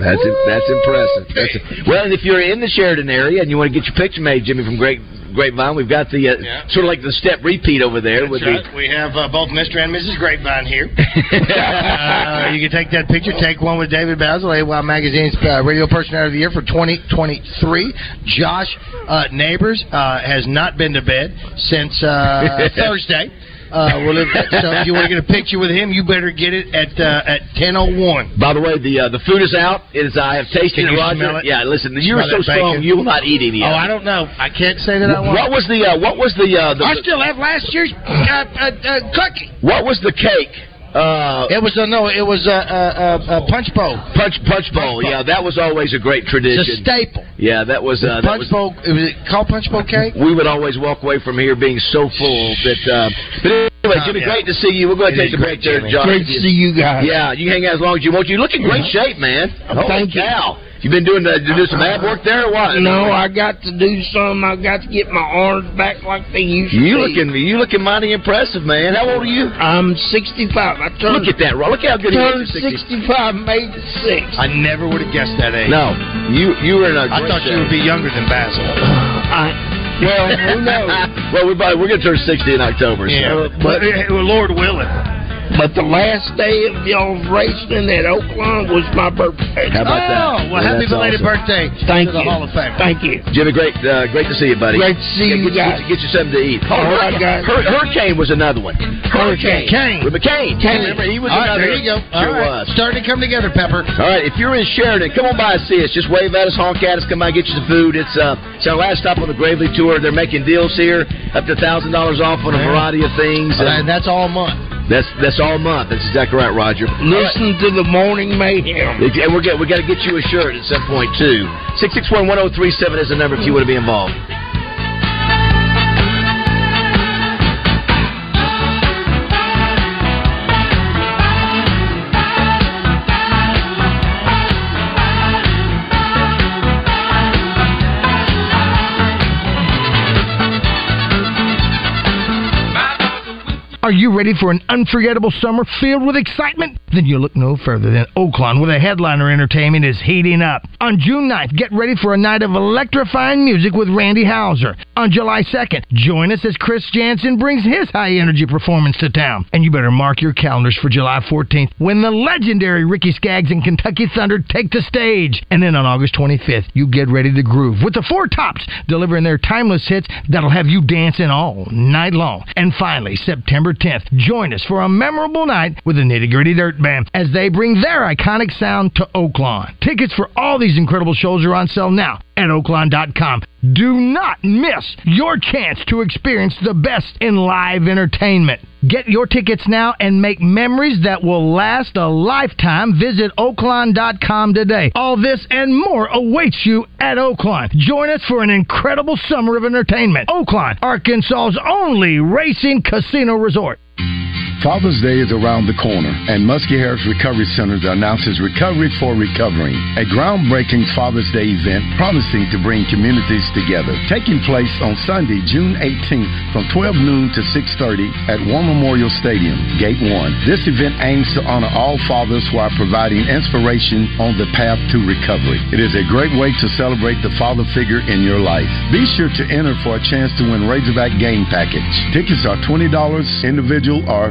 [SPEAKER 9] That's that's impressive. That's well, and if you're in the Sheridan area and you want to get your picture made, Jimmy from Great Grapevine, we've got the uh,
[SPEAKER 10] Yeah.
[SPEAKER 9] sort of like the step repeat over there with
[SPEAKER 10] That's right. We have uh, both Mr. and Mrs. Grapevine here. uh, you can take that picture. Take one with David Basil, AY Magazine's uh, Radio Personality of the Year for 2023. Josh uh, Neighbors uh, has not been to bed since uh, Thursday. Uh, we'll live, so if you want to get a picture with him, you better get it at uh, at 10:01.
[SPEAKER 9] the. By the way, the uh, the food is out. It is I have tasted
[SPEAKER 10] Can
[SPEAKER 9] it,
[SPEAKER 10] you
[SPEAKER 9] Roger.
[SPEAKER 10] smell it?
[SPEAKER 9] Yeah, listen, you are
[SPEAKER 10] Smell
[SPEAKER 9] so
[SPEAKER 10] that bacon?
[SPEAKER 9] strong, you will not eat any. of
[SPEAKER 10] Oh, I
[SPEAKER 9] it.
[SPEAKER 10] don't know. I can't say that I want.
[SPEAKER 9] What was the uh, what was the, uh,
[SPEAKER 10] I
[SPEAKER 9] the
[SPEAKER 10] still have last year's uh, uh, uh, cookie.
[SPEAKER 9] what was the cake? Uh,
[SPEAKER 10] It was a, no, it was uh, a, a, a, a punch bowl.
[SPEAKER 9] Punch punch bowl. Yeah, that was always a great
[SPEAKER 10] It's a
[SPEAKER 9] tradition.
[SPEAKER 10] staple.
[SPEAKER 9] yeah, that was uh, that was
[SPEAKER 10] punch bowl. It was it called punch bowl cake.
[SPEAKER 9] we would always walk away from here being so full that. Uh, but anyway, Jimmy,
[SPEAKER 10] yeah.
[SPEAKER 9] great to see you. We're going to take
[SPEAKER 10] It is
[SPEAKER 9] a break
[SPEAKER 10] great,
[SPEAKER 9] there,
[SPEAKER 10] Jimmy.
[SPEAKER 9] Josh.
[SPEAKER 10] Great to see you Mm-hmm. Oh, guys.
[SPEAKER 9] Yeah, you hang out as long as you want. You look in great shape, man. Holy
[SPEAKER 12] Thank you.
[SPEAKER 9] cow. You been doing the, you do some ab work there or what?
[SPEAKER 12] No, I got to do some. I got to get my arms back like they used to.
[SPEAKER 9] You
[SPEAKER 12] be.
[SPEAKER 9] looking you looking mighty impressive, man. How old are you?
[SPEAKER 12] I'm 65. I turned,
[SPEAKER 9] Look at that, Ro. Look how good he
[SPEAKER 12] turned
[SPEAKER 9] is. at 60.
[SPEAKER 12] 65, May the 6th.
[SPEAKER 10] I never would have guessed that age.
[SPEAKER 9] No, you you were in a.
[SPEAKER 10] I
[SPEAKER 9] great
[SPEAKER 10] thought you
[SPEAKER 9] shape.
[SPEAKER 10] would be younger than Basil.
[SPEAKER 12] I, well, who knows?
[SPEAKER 9] well, we're about, we're gonna turn sixty in October.
[SPEAKER 10] Yeah,
[SPEAKER 9] So.
[SPEAKER 10] but, well, Lord willing.
[SPEAKER 12] But the last day of y'all's racing at Oakland was my birthday.
[SPEAKER 9] How about that?
[SPEAKER 10] Oh, well, happy
[SPEAKER 9] that's
[SPEAKER 10] belated
[SPEAKER 9] awesome.
[SPEAKER 10] birthday
[SPEAKER 12] Thank
[SPEAKER 10] to the
[SPEAKER 12] you.
[SPEAKER 10] Hall of Fame.
[SPEAKER 12] Thank you.
[SPEAKER 9] Jimmy, great, uh, great to see you, buddy.
[SPEAKER 12] Great to see
[SPEAKER 9] Yeah,
[SPEAKER 12] you
[SPEAKER 9] get,
[SPEAKER 12] guys.
[SPEAKER 9] Get, get you something to eat. Oh,
[SPEAKER 12] All right,
[SPEAKER 9] Hurricane,
[SPEAKER 12] guys.
[SPEAKER 9] Hur- Hurricane was another one.
[SPEAKER 12] Hurricane.
[SPEAKER 9] Kane. With McCain.
[SPEAKER 12] Kane.
[SPEAKER 9] Remember, he was
[SPEAKER 12] All right,
[SPEAKER 9] another.
[SPEAKER 12] there you go.
[SPEAKER 9] Sure
[SPEAKER 12] All right.
[SPEAKER 9] was.
[SPEAKER 10] Starting to come together, Pepper.
[SPEAKER 9] All right, if you're in Sheridan, come on by and see us. Just wave at us, honk at us, come by and get you some food. It's uh, it's our last stop on the Gravely tour. They're making deals here, up to thousand dollars off on a
[SPEAKER 10] Yeah.
[SPEAKER 9] variety of things.
[SPEAKER 10] All
[SPEAKER 9] And
[SPEAKER 10] right, that's all month.
[SPEAKER 9] that's that's all month. That's exactly right, Roger.
[SPEAKER 12] Listen to the morning mayhem.
[SPEAKER 9] And we're get, we got to get you a shirt at some point too. Six six one one zero three seven is the number if you want to be involved.
[SPEAKER 5] Are you
[SPEAKER 10] you ready for an unforgettable summer filled with excitement? Then you look no further than Oakland, where the headliner entertainment is heating up. On June 9th, get ready for a night of electrifying music with Randy Hauser. On July 2nd, join us as Chris Jansen brings his high energy performance to town. And you better mark your calendars for July 14th when the legendary Ricky Skaggs and Kentucky Thunder take the stage. And then on August 25th, you get ready to groove with the Four Tops delivering their timeless hits that'll have you dancing all night long. And finally, September 10th, join us for a memorable night with the Nitty Gritty Dirt Band as they bring their iconic sound to Oaklawn. Tickets for all these incredible shows are on sale now at oaklawn.com. Do not miss your chance to experience the best in live entertainment. Get your tickets now and make memories that will last a lifetime. Visit oaklawn.com today. All this and more awaits you at Oaklawn. Join us for an incredible summer of entertainment. Oaklawn, Arkansas's only racing casino resort.
[SPEAKER 20] Father's Day is around the corner, and Muskie Harris Recovery Centers announces Recovery for Recovering, a groundbreaking Father's Day event promising to bring communities together. Taking place on Sunday, June 18th from 12 noon to 6.30 at War Memorial Stadium, Gate 1. This event aims to honor all fathers while providing inspiration on the path to recovery. It is a great way to celebrate the father figure in your life. Be sure to enter for a chance to win Razorback Game Package. Tickets are $20 individual or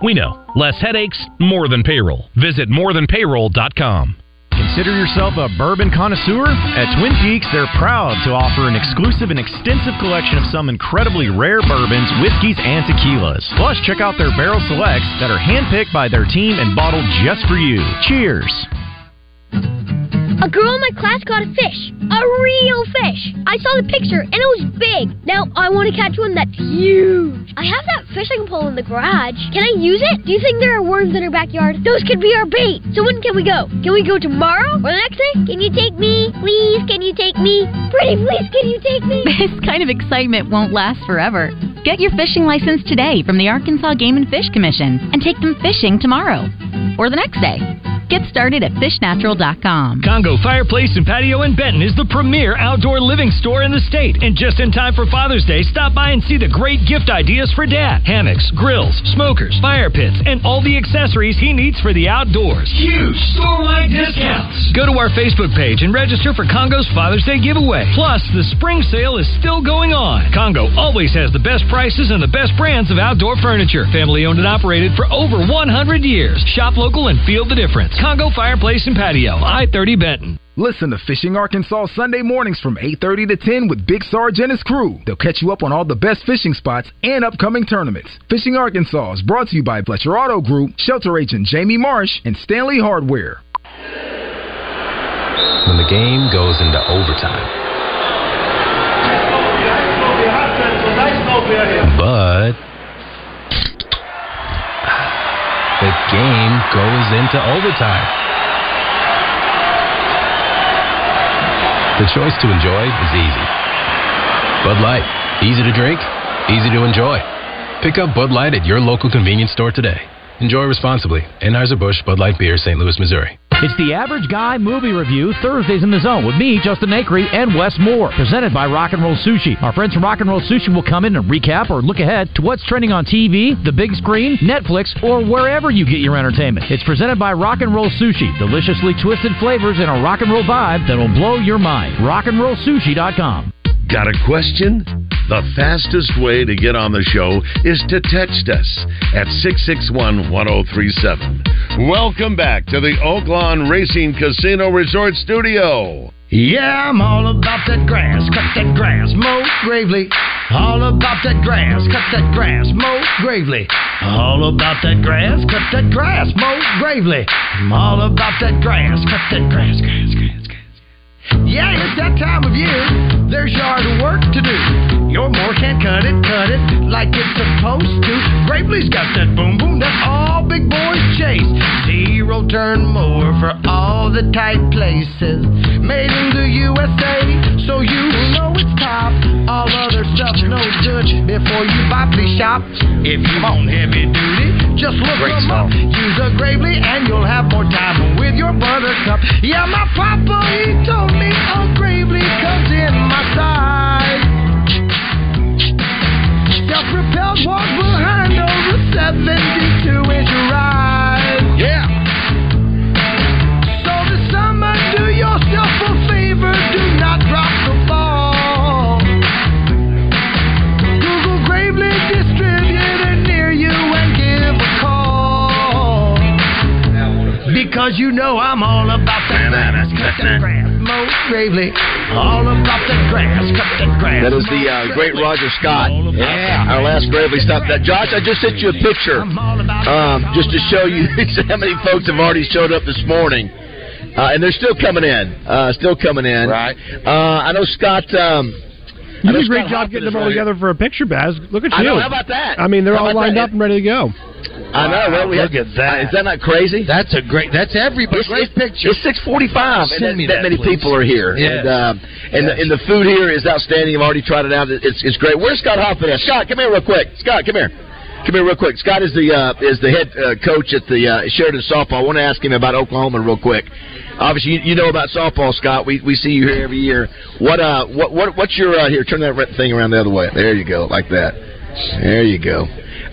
[SPEAKER 24] we know. Less headaches, more than payroll. Visit morethanpayroll.com.
[SPEAKER 25] Consider yourself a bourbon connoisseur? At Twin Peaks, they're proud to offer an exclusive and extensive collection of some incredibly rare bourbons, whiskeys, and tequilas. Plus, check out their barrel selects that are handpicked by their team and bottled just for you. Cheers!
[SPEAKER 4] A girl in my class caught a fish, a real fish. I saw the picture and it was big. Now I want to catch one that's huge. I have that fishing pole in the garage. Can I use it? Do you think there are worms in our backyard? Those could be our bait. So when can we go? Can we go tomorrow or the next day? Can you take me? Please, can you take me? Pretty, please, can you take me?
[SPEAKER 5] This kind of excitement won't last forever. Get your fishing license today from the Arkansas Game and Fish Commission and take them fishing tomorrow or the next day. Get started at fishnatural.com.
[SPEAKER 26] Congo Fireplace and Patio in Benton is the premier outdoor living store in the state. And just in time for Father's Day, stop by and see the great gift ideas for dad. Hammocks, grills, smokers, fire pits, and all the accessories he needs for the outdoors.
[SPEAKER 27] Huge store-wide discounts.
[SPEAKER 26] Go to our Facebook page and register for Congo's Father's Day giveaway. Plus, the spring sale is still going on. Congo always has the best prices and the best brands of outdoor furniture. Family owned and operated for over 100 years. Shop local and feel the difference. Congo Fireplace and Patio, I-30 Benton.
[SPEAKER 18] Listen to Fishing Arkansas Sunday mornings from 8:30 to 10 with Big Sarge and his crew. They'll catch you up on all the best fishing spots and upcoming tournaments. Fishing Arkansas is brought to you by Fletcher Auto Group, shelter agent Jamie Marsh, and Stanley Hardware.
[SPEAKER 12] When the game goes into overtime, But the game goes into overtime. The choice to enjoy is easy. Bud Light, easy to drink, easy to enjoy. Pick up Bud Light at your local convenience store today. Enjoy responsibly. Anheuser-Busch Bud Light Beer, St. Louis, Missouri.
[SPEAKER 16] It's the Average Guy Movie Review Thursdays in the Zone with me, Justin Akery, and Wes Moore, presented by Rock and Roll Sushi. Our friends from Rock and Roll Sushi will come in and recap or look ahead to what's trending on TV, the big screen, Netflix, or wherever you get your entertainment. It's presented by Rock and Roll Sushi, deliciously twisted flavors and a rock and roll vibe that will blow your mind. Rockandrollsushi.com.
[SPEAKER 7] Got a question? The fastest way to get on the show is to text us at 661 1037. Welcome back to the Oaklawn Racing Casino Resort Studio.
[SPEAKER 10] Yeah, I'm all about that grass, cut that grass, mow gravely. All about that grass, cut that grass, mow gravely. All about that grass, cut that grass, mow gravely. I'm all about that grass, cut that grass, grass, grass, grass. Yeah, it's that time of year. There's yard work to do. Your boy can't cut it, cut it like it's supposed to. Gravely's got that boom boom that all big boys chase. Zero turn more for all the tight places. Made in the USA, so you know it's top. All other stuff's no good before you buy, please shop. If you want heavy duty, just look
[SPEAKER 20] Great
[SPEAKER 10] 'em
[SPEAKER 20] song.
[SPEAKER 10] up. Use a Gravely and you'll have more time with your buttercup. Yeah, my papa, he told me a Gravely comes in my size. Self-propelled walk will handle the 72-inch ride. Yeah. So this summer, do yourself a favor. Do not drop the ball. Google Gravely Distributor near you and give a call. Because you know I'm all about the grass, cut the grass, Mo Gravely. All about the grass, cut the grass.
[SPEAKER 9] That is the uh, great Roger Scott. Yeah. Our last gravely stop. That Josh, I just sent you a picture, um, just to show you how many folks have already showed up this morning, uh, and they're still coming in. Uh, still coming in. Right. Uh, I know Scott. Um, I
[SPEAKER 11] You
[SPEAKER 9] know
[SPEAKER 11] did a great
[SPEAKER 9] Scott
[SPEAKER 11] job
[SPEAKER 9] Hoffman
[SPEAKER 11] getting
[SPEAKER 9] is
[SPEAKER 11] them all
[SPEAKER 9] right here.
[SPEAKER 11] together for a picture, Baz. Look at you.
[SPEAKER 9] I know, how about that?
[SPEAKER 11] I mean, they're
[SPEAKER 9] How
[SPEAKER 11] all
[SPEAKER 9] about
[SPEAKER 11] lined
[SPEAKER 9] that?
[SPEAKER 11] up and ready to go.
[SPEAKER 9] I know. Well, we
[SPEAKER 11] Look
[SPEAKER 9] have,
[SPEAKER 11] at that.
[SPEAKER 9] Is that not crazy?
[SPEAKER 10] That's a great. That's everybody.
[SPEAKER 9] great picture. It's six forty-five, and
[SPEAKER 10] Send
[SPEAKER 9] that,
[SPEAKER 10] me
[SPEAKER 9] that
[SPEAKER 10] that,
[SPEAKER 9] many
[SPEAKER 10] please.
[SPEAKER 9] people are here.
[SPEAKER 10] Yes.
[SPEAKER 9] And, um, and, the, and the food here is outstanding. I've already tried it out. It's, it's great. Where's Scott Hoffman? At? Scott, come here real quick. Scott, come here. Come here real quick. Scott is the uh, is the head uh, coach at the uh, Sheridan softball. I want to ask him about Oklahoma real quick. Obviously, you, you know about softball, Scott. We, we see you here every year. What uh what what what's your uh, here? Turn that red thing around the other way. There you go, like that. There you go.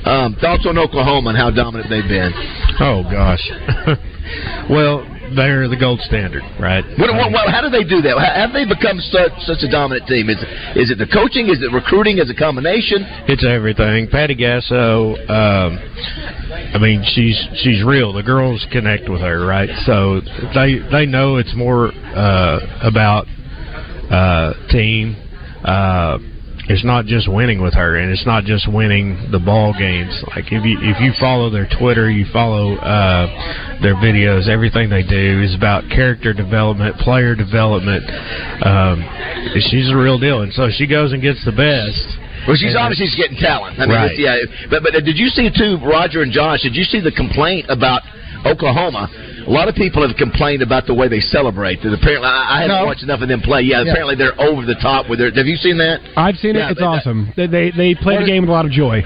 [SPEAKER 9] Um, thoughts on Oklahoma and how dominant they've been?
[SPEAKER 28] Oh gosh. well, they're the gold standard, right?
[SPEAKER 9] What, what, what, how do they do that? How, have they become such, such a dominant team? Is, is it the coaching? Is it recruiting? Is it a combination?
[SPEAKER 28] It's everything. Patty Gasso, um, I mean, she's she's real. The girls connect with her, right? So they they know it's more uh, about uh, team. Uh, it's not just winning with her, and it's not just winning the ball games. Like if you if you follow their Twitter, you follow uh, their videos. Everything they do is about character development, player development. Um, she's a real deal, and so she goes and gets the best.
[SPEAKER 9] Well, she's
[SPEAKER 28] And-
[SPEAKER 9] obviously she's getting talent. I mean,
[SPEAKER 28] Right.
[SPEAKER 9] it's- yeah. But but did you see too, Roger and Josh? Did you see the complaint about Oklahoma? A lot of people have complained about the way they celebrate. That apparently, I, I haven't
[SPEAKER 11] No.
[SPEAKER 9] watched enough of them play. Yeah,
[SPEAKER 11] Yeah.
[SPEAKER 9] apparently they're over the top with their. Have you seen that?
[SPEAKER 11] I've seen
[SPEAKER 9] Yeah,
[SPEAKER 11] it. It's
[SPEAKER 9] but-
[SPEAKER 11] awesome. They, they they play the game with a lot of joy.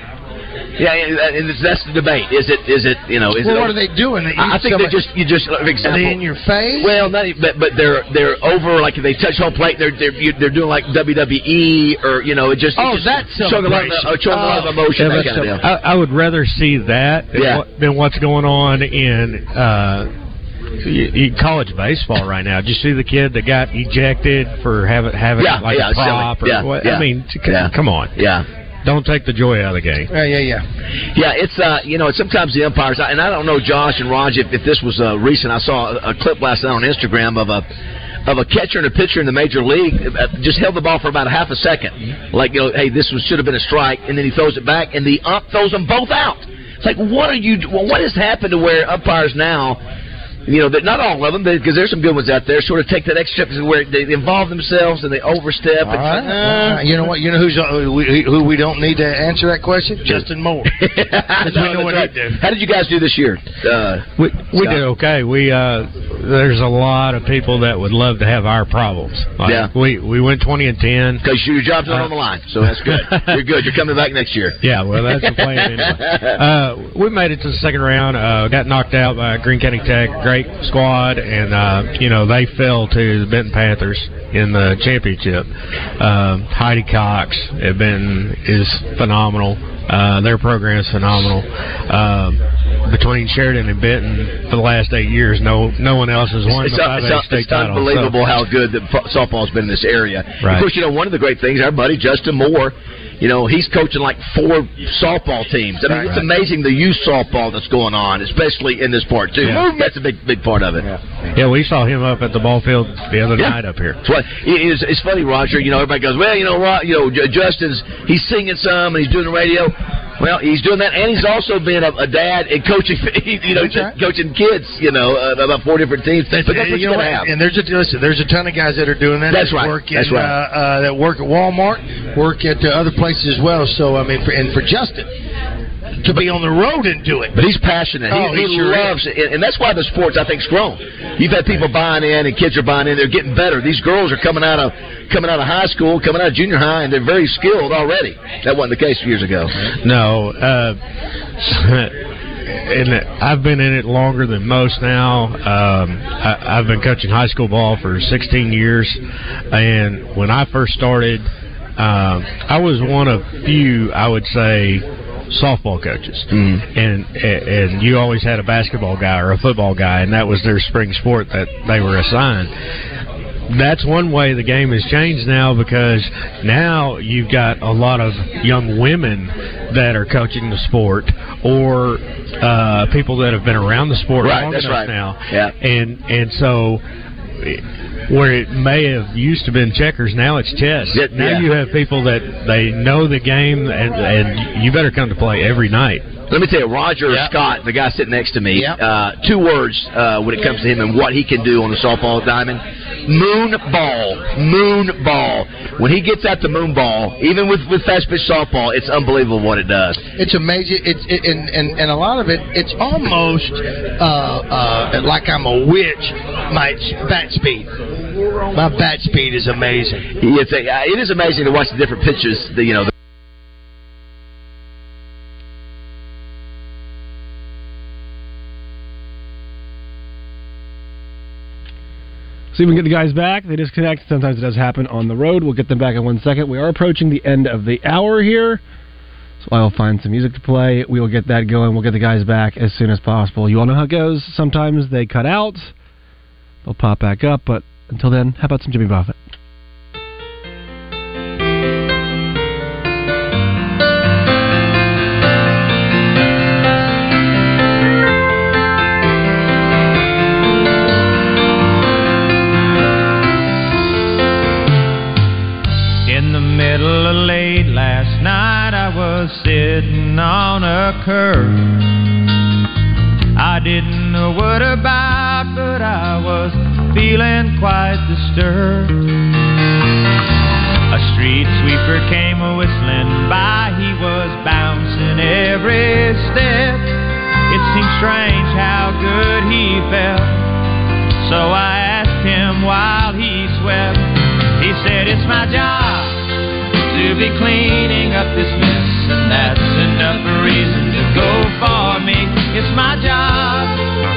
[SPEAKER 9] Yeah, yeah, that- and it's- that's the debate. Is it? Is it? You know? Is
[SPEAKER 10] Well,
[SPEAKER 9] it,
[SPEAKER 10] what are they doing? They
[SPEAKER 9] I, I
[SPEAKER 10] use
[SPEAKER 9] think
[SPEAKER 10] so
[SPEAKER 9] they
[SPEAKER 10] much-
[SPEAKER 9] just you just for example.
[SPEAKER 10] in your face?
[SPEAKER 9] Well, not even- but but they're they're over like they touch home plate. They're they're, you- they're doing like WWE or you know it just
[SPEAKER 10] Oh,
[SPEAKER 9] it just
[SPEAKER 10] that
[SPEAKER 9] showing a lot of uh, showing a lot of emotion.
[SPEAKER 28] Yeah,
[SPEAKER 9] that
[SPEAKER 28] but
[SPEAKER 9] kind of deal.
[SPEAKER 28] I, I would rather see that than,
[SPEAKER 9] Yeah.
[SPEAKER 28] what, than what's going on in uh, y- y- college baseball right now. Did you see the kid that got ejected for having having
[SPEAKER 9] Yeah,
[SPEAKER 28] like
[SPEAKER 9] yeah,
[SPEAKER 28] a
[SPEAKER 9] silly.
[SPEAKER 28] pop or
[SPEAKER 9] Yeah,
[SPEAKER 28] what?
[SPEAKER 9] yeah.
[SPEAKER 28] I mean, c-
[SPEAKER 9] Yeah.
[SPEAKER 28] come on,
[SPEAKER 9] yeah.
[SPEAKER 28] Don't take the joy out of the game.
[SPEAKER 9] Yeah, yeah, yeah. Yeah, it's uh, you know, sometimes the umpires, and I don't know, Josh and Raj, if, if this was uh, recent. I saw a, a clip last night on Instagram of a of a catcher and a pitcher in the major league uh, just held the ball for about a half a second, like you know, hey, this was, should have been a strike, and then he throws it back, and the ump throws them both out. It's like, what are you? Well, what has happened to where umpires now? You know, that not all of them, because there's some good ones out there. Sort of take that extra step where they involve themselves and they overstep.
[SPEAKER 10] All right.
[SPEAKER 9] and, uh,
[SPEAKER 10] All right. You know what? You know who's uh, who we, who we don't need to answer that question? Justin Moore.
[SPEAKER 9] That's right. How did you guys do this year? Uh,
[SPEAKER 28] we we did okay. We uh, there's a lot of people that would love to have our problems. Like,
[SPEAKER 9] Yeah.
[SPEAKER 28] we we went twenty and ten
[SPEAKER 9] because your job's not on the line, so that's good. You're good. You're coming back next year.
[SPEAKER 28] Yeah, well, that's the plan anyway. Uh, we made it to the second round. Uh, got knocked out by Green County Tech. Great squad, and uh, you know they fell to the Benton Panthers in the championship. Um, Heidi Cox at Benton is phenomenal. Uh, their program is phenomenal. Um, between Sheridan and Benton for the last eight years, no no one else has
[SPEAKER 9] It's,
[SPEAKER 28] won
[SPEAKER 9] it's-
[SPEAKER 28] the five
[SPEAKER 9] it's- it's
[SPEAKER 28] state title. So-
[SPEAKER 9] unbelievable how good the fo- softball's been in this area.
[SPEAKER 28] Right.
[SPEAKER 9] Of course, you know one of the great things. Our buddy Justin Moore, you know, he's coaching like four softball teams. I mean, it's
[SPEAKER 28] Right.
[SPEAKER 9] amazing the youth softball that's going on, especially in this part too.
[SPEAKER 28] Yeah.
[SPEAKER 9] That's a big, big part of it.
[SPEAKER 28] yeah, we saw him up at the ball field the other
[SPEAKER 9] Yeah.
[SPEAKER 28] night up here.
[SPEAKER 9] It's, what, it is, it's funny, Roger. You know, everybody goes, well, you know, Ro, you know, J- Justin's he's singing some and he's doing the radio. Well, he's doing that, and he's also been a, a dad and coaching, you know,
[SPEAKER 10] That's right.
[SPEAKER 9] coaching kids, you know, uh, about four different teams. but that's what
[SPEAKER 10] you
[SPEAKER 9] you're
[SPEAKER 10] know
[SPEAKER 9] gonna
[SPEAKER 10] what?
[SPEAKER 9] have.
[SPEAKER 10] And there's a listen, there's a ton of guys that are doing that.
[SPEAKER 9] That's
[SPEAKER 10] that
[SPEAKER 9] right.
[SPEAKER 10] Work in,
[SPEAKER 9] That's right.
[SPEAKER 10] Uh, uh, that work at Walmart, work at uh, other places as well. So I mean, for, and for Justin to be on the road and do it.
[SPEAKER 9] But he's passionate. He-
[SPEAKER 10] Oh,
[SPEAKER 9] he,
[SPEAKER 10] he sure
[SPEAKER 9] loves it, and that's why the sports I think's grown. You've had people buying in, and kids are buying in. They're getting better. These girls are coming out of coming out of high school, coming out of junior high, and they're very skilled already. That wasn't the case years ago.
[SPEAKER 28] No, uh, and I've been in it longer than most now. Um, I, I've been coaching high school ball for 16 years, and when I first started, um, I was one of few, I would say, softball coaches, and and you always had a basketball guy or a football guy, and that was their spring sport that they were assigned that's one way the game has changed now because now you've got a lot of young women that are coaching the sport or uh, people that have been around the sport
[SPEAKER 9] Right,
[SPEAKER 28] long
[SPEAKER 9] that's right.
[SPEAKER 28] enough now.
[SPEAKER 9] Yeah.
[SPEAKER 28] And and so where it may have used to been checkers, now it's chess.
[SPEAKER 9] Yeah, yeah.
[SPEAKER 28] now you have people that they know the game and, and you better come to play every night.
[SPEAKER 9] Let me tell you, Roger Scott, the guy sitting next to me, uh, two words uh, when it comes to him and what he can do on the softball diamond. Moon ball. Moon ball. When he gets out the moon ball, even with, with fast pitch softball, it's unbelievable what it does.
[SPEAKER 10] It's amazing. It's it, and, and and a lot of it. It's almost uh, uh, like I'm a witch. My bat speed, my bat speed is amazing.
[SPEAKER 9] It's a, uh, it is amazing to watch the different pitches, the, you know, the
[SPEAKER 11] See if we can get the guys back. They disconnect. Sometimes it does happen on the road. We'll get them back in one second. We are approaching the end of the hour here. So I'll find some music to play. We will get that going. We'll get the guys back as soon as possible. You all know how it goes. Sometimes they cut out, they'll pop back up. But until then, how about some Jimmy Buffett?
[SPEAKER 23] In the middle of late last night, I was sitting on a curb. I didn't know what about, but I was feeling quite disturbed. A street sweeper came a whistling by, he was bouncing every step. It seemed strange how good he felt, so I asked him while he swept. He said, It's my job to be cleaning up this mess, and that's enough reason to go for me. It's my job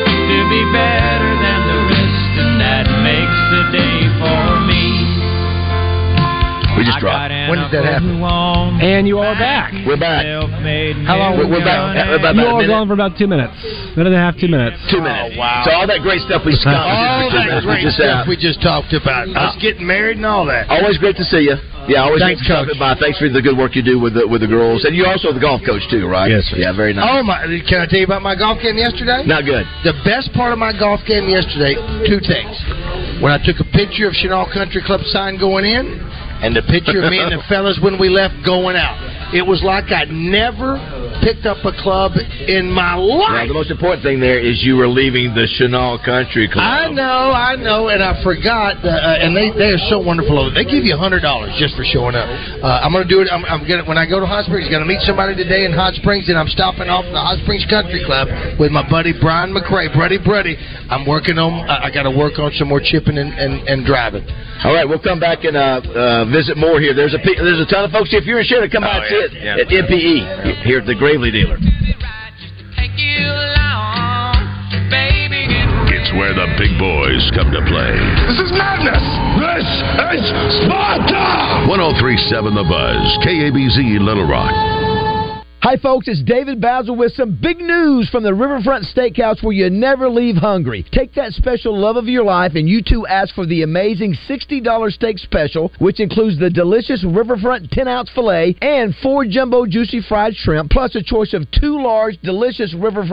[SPEAKER 23] to be better than the rest, and that makes the day for me.
[SPEAKER 9] We just dropped.
[SPEAKER 23] When did that happen?
[SPEAKER 11] And you are back.
[SPEAKER 9] We're back.
[SPEAKER 11] How long?
[SPEAKER 9] We're, we're back. uh, About,
[SPEAKER 11] you
[SPEAKER 9] about a
[SPEAKER 11] all were
[SPEAKER 9] minute.
[SPEAKER 11] gone for about two minutes. Minute and a half, two minutes.
[SPEAKER 9] Two minutes. So all that great stuff we just
[SPEAKER 10] All that great stuff we just talked about. Us getting married and all that.
[SPEAKER 9] uh, Always great to see you. Yeah, always
[SPEAKER 10] Thanks,
[SPEAKER 9] great to stop by. Thanks for the good work you do with the with the girls, and you're also the golf coach too, right? Yes. Yeah, very nice.
[SPEAKER 10] Oh my! Can I tell you about my golf game yesterday?
[SPEAKER 9] Not good.
[SPEAKER 10] The best part of my golf game yesterday, two things. When I took a picture of Chenal Country Club sign going in, and the picture of me and the fellas when we left going out. It was like I never picked up a club in my
[SPEAKER 9] Now,
[SPEAKER 10] life.
[SPEAKER 9] the most important thing there is you were leaving the Chenal Country Club.
[SPEAKER 10] I know, I know, and I forgot. Uh, uh, and they, they are so wonderful. over there. They give you a hundred dollars just for showing up. Uh, I'm gonna do it. I'm, I'm gonna when I go to Hot Springs. Gonna meet somebody today in Hot Springs, and I'm stopping off at the Hot Springs Country Club with my buddy Brian McRae, Bruddy Bruddy. I'm working on. I, I got to work on some more chipping and, and, and driving.
[SPEAKER 9] All right, we'll come back and uh, uh, visit more here. There's a pe- there's a ton of folks. If you're in Shannon, come out and see it
[SPEAKER 10] Oh, yeah.
[SPEAKER 9] at MPE here at the Gravely Dealer.
[SPEAKER 7] It's where the big boys come to play.
[SPEAKER 4] This is madness! This is Sparta!
[SPEAKER 7] 1037 The Buzz, KABZ Little Rock.
[SPEAKER 29] Hi, folks, it's David Basil with some big news from the Riverfront Steakhouse where you never leave hungry. Take that special love of your life and you too ask for the amazing $60 steak special, which includes the delicious Riverfront 10 ounce filet and four jumbo juicy fried shrimp, plus a choice of two large, delicious Riverfront.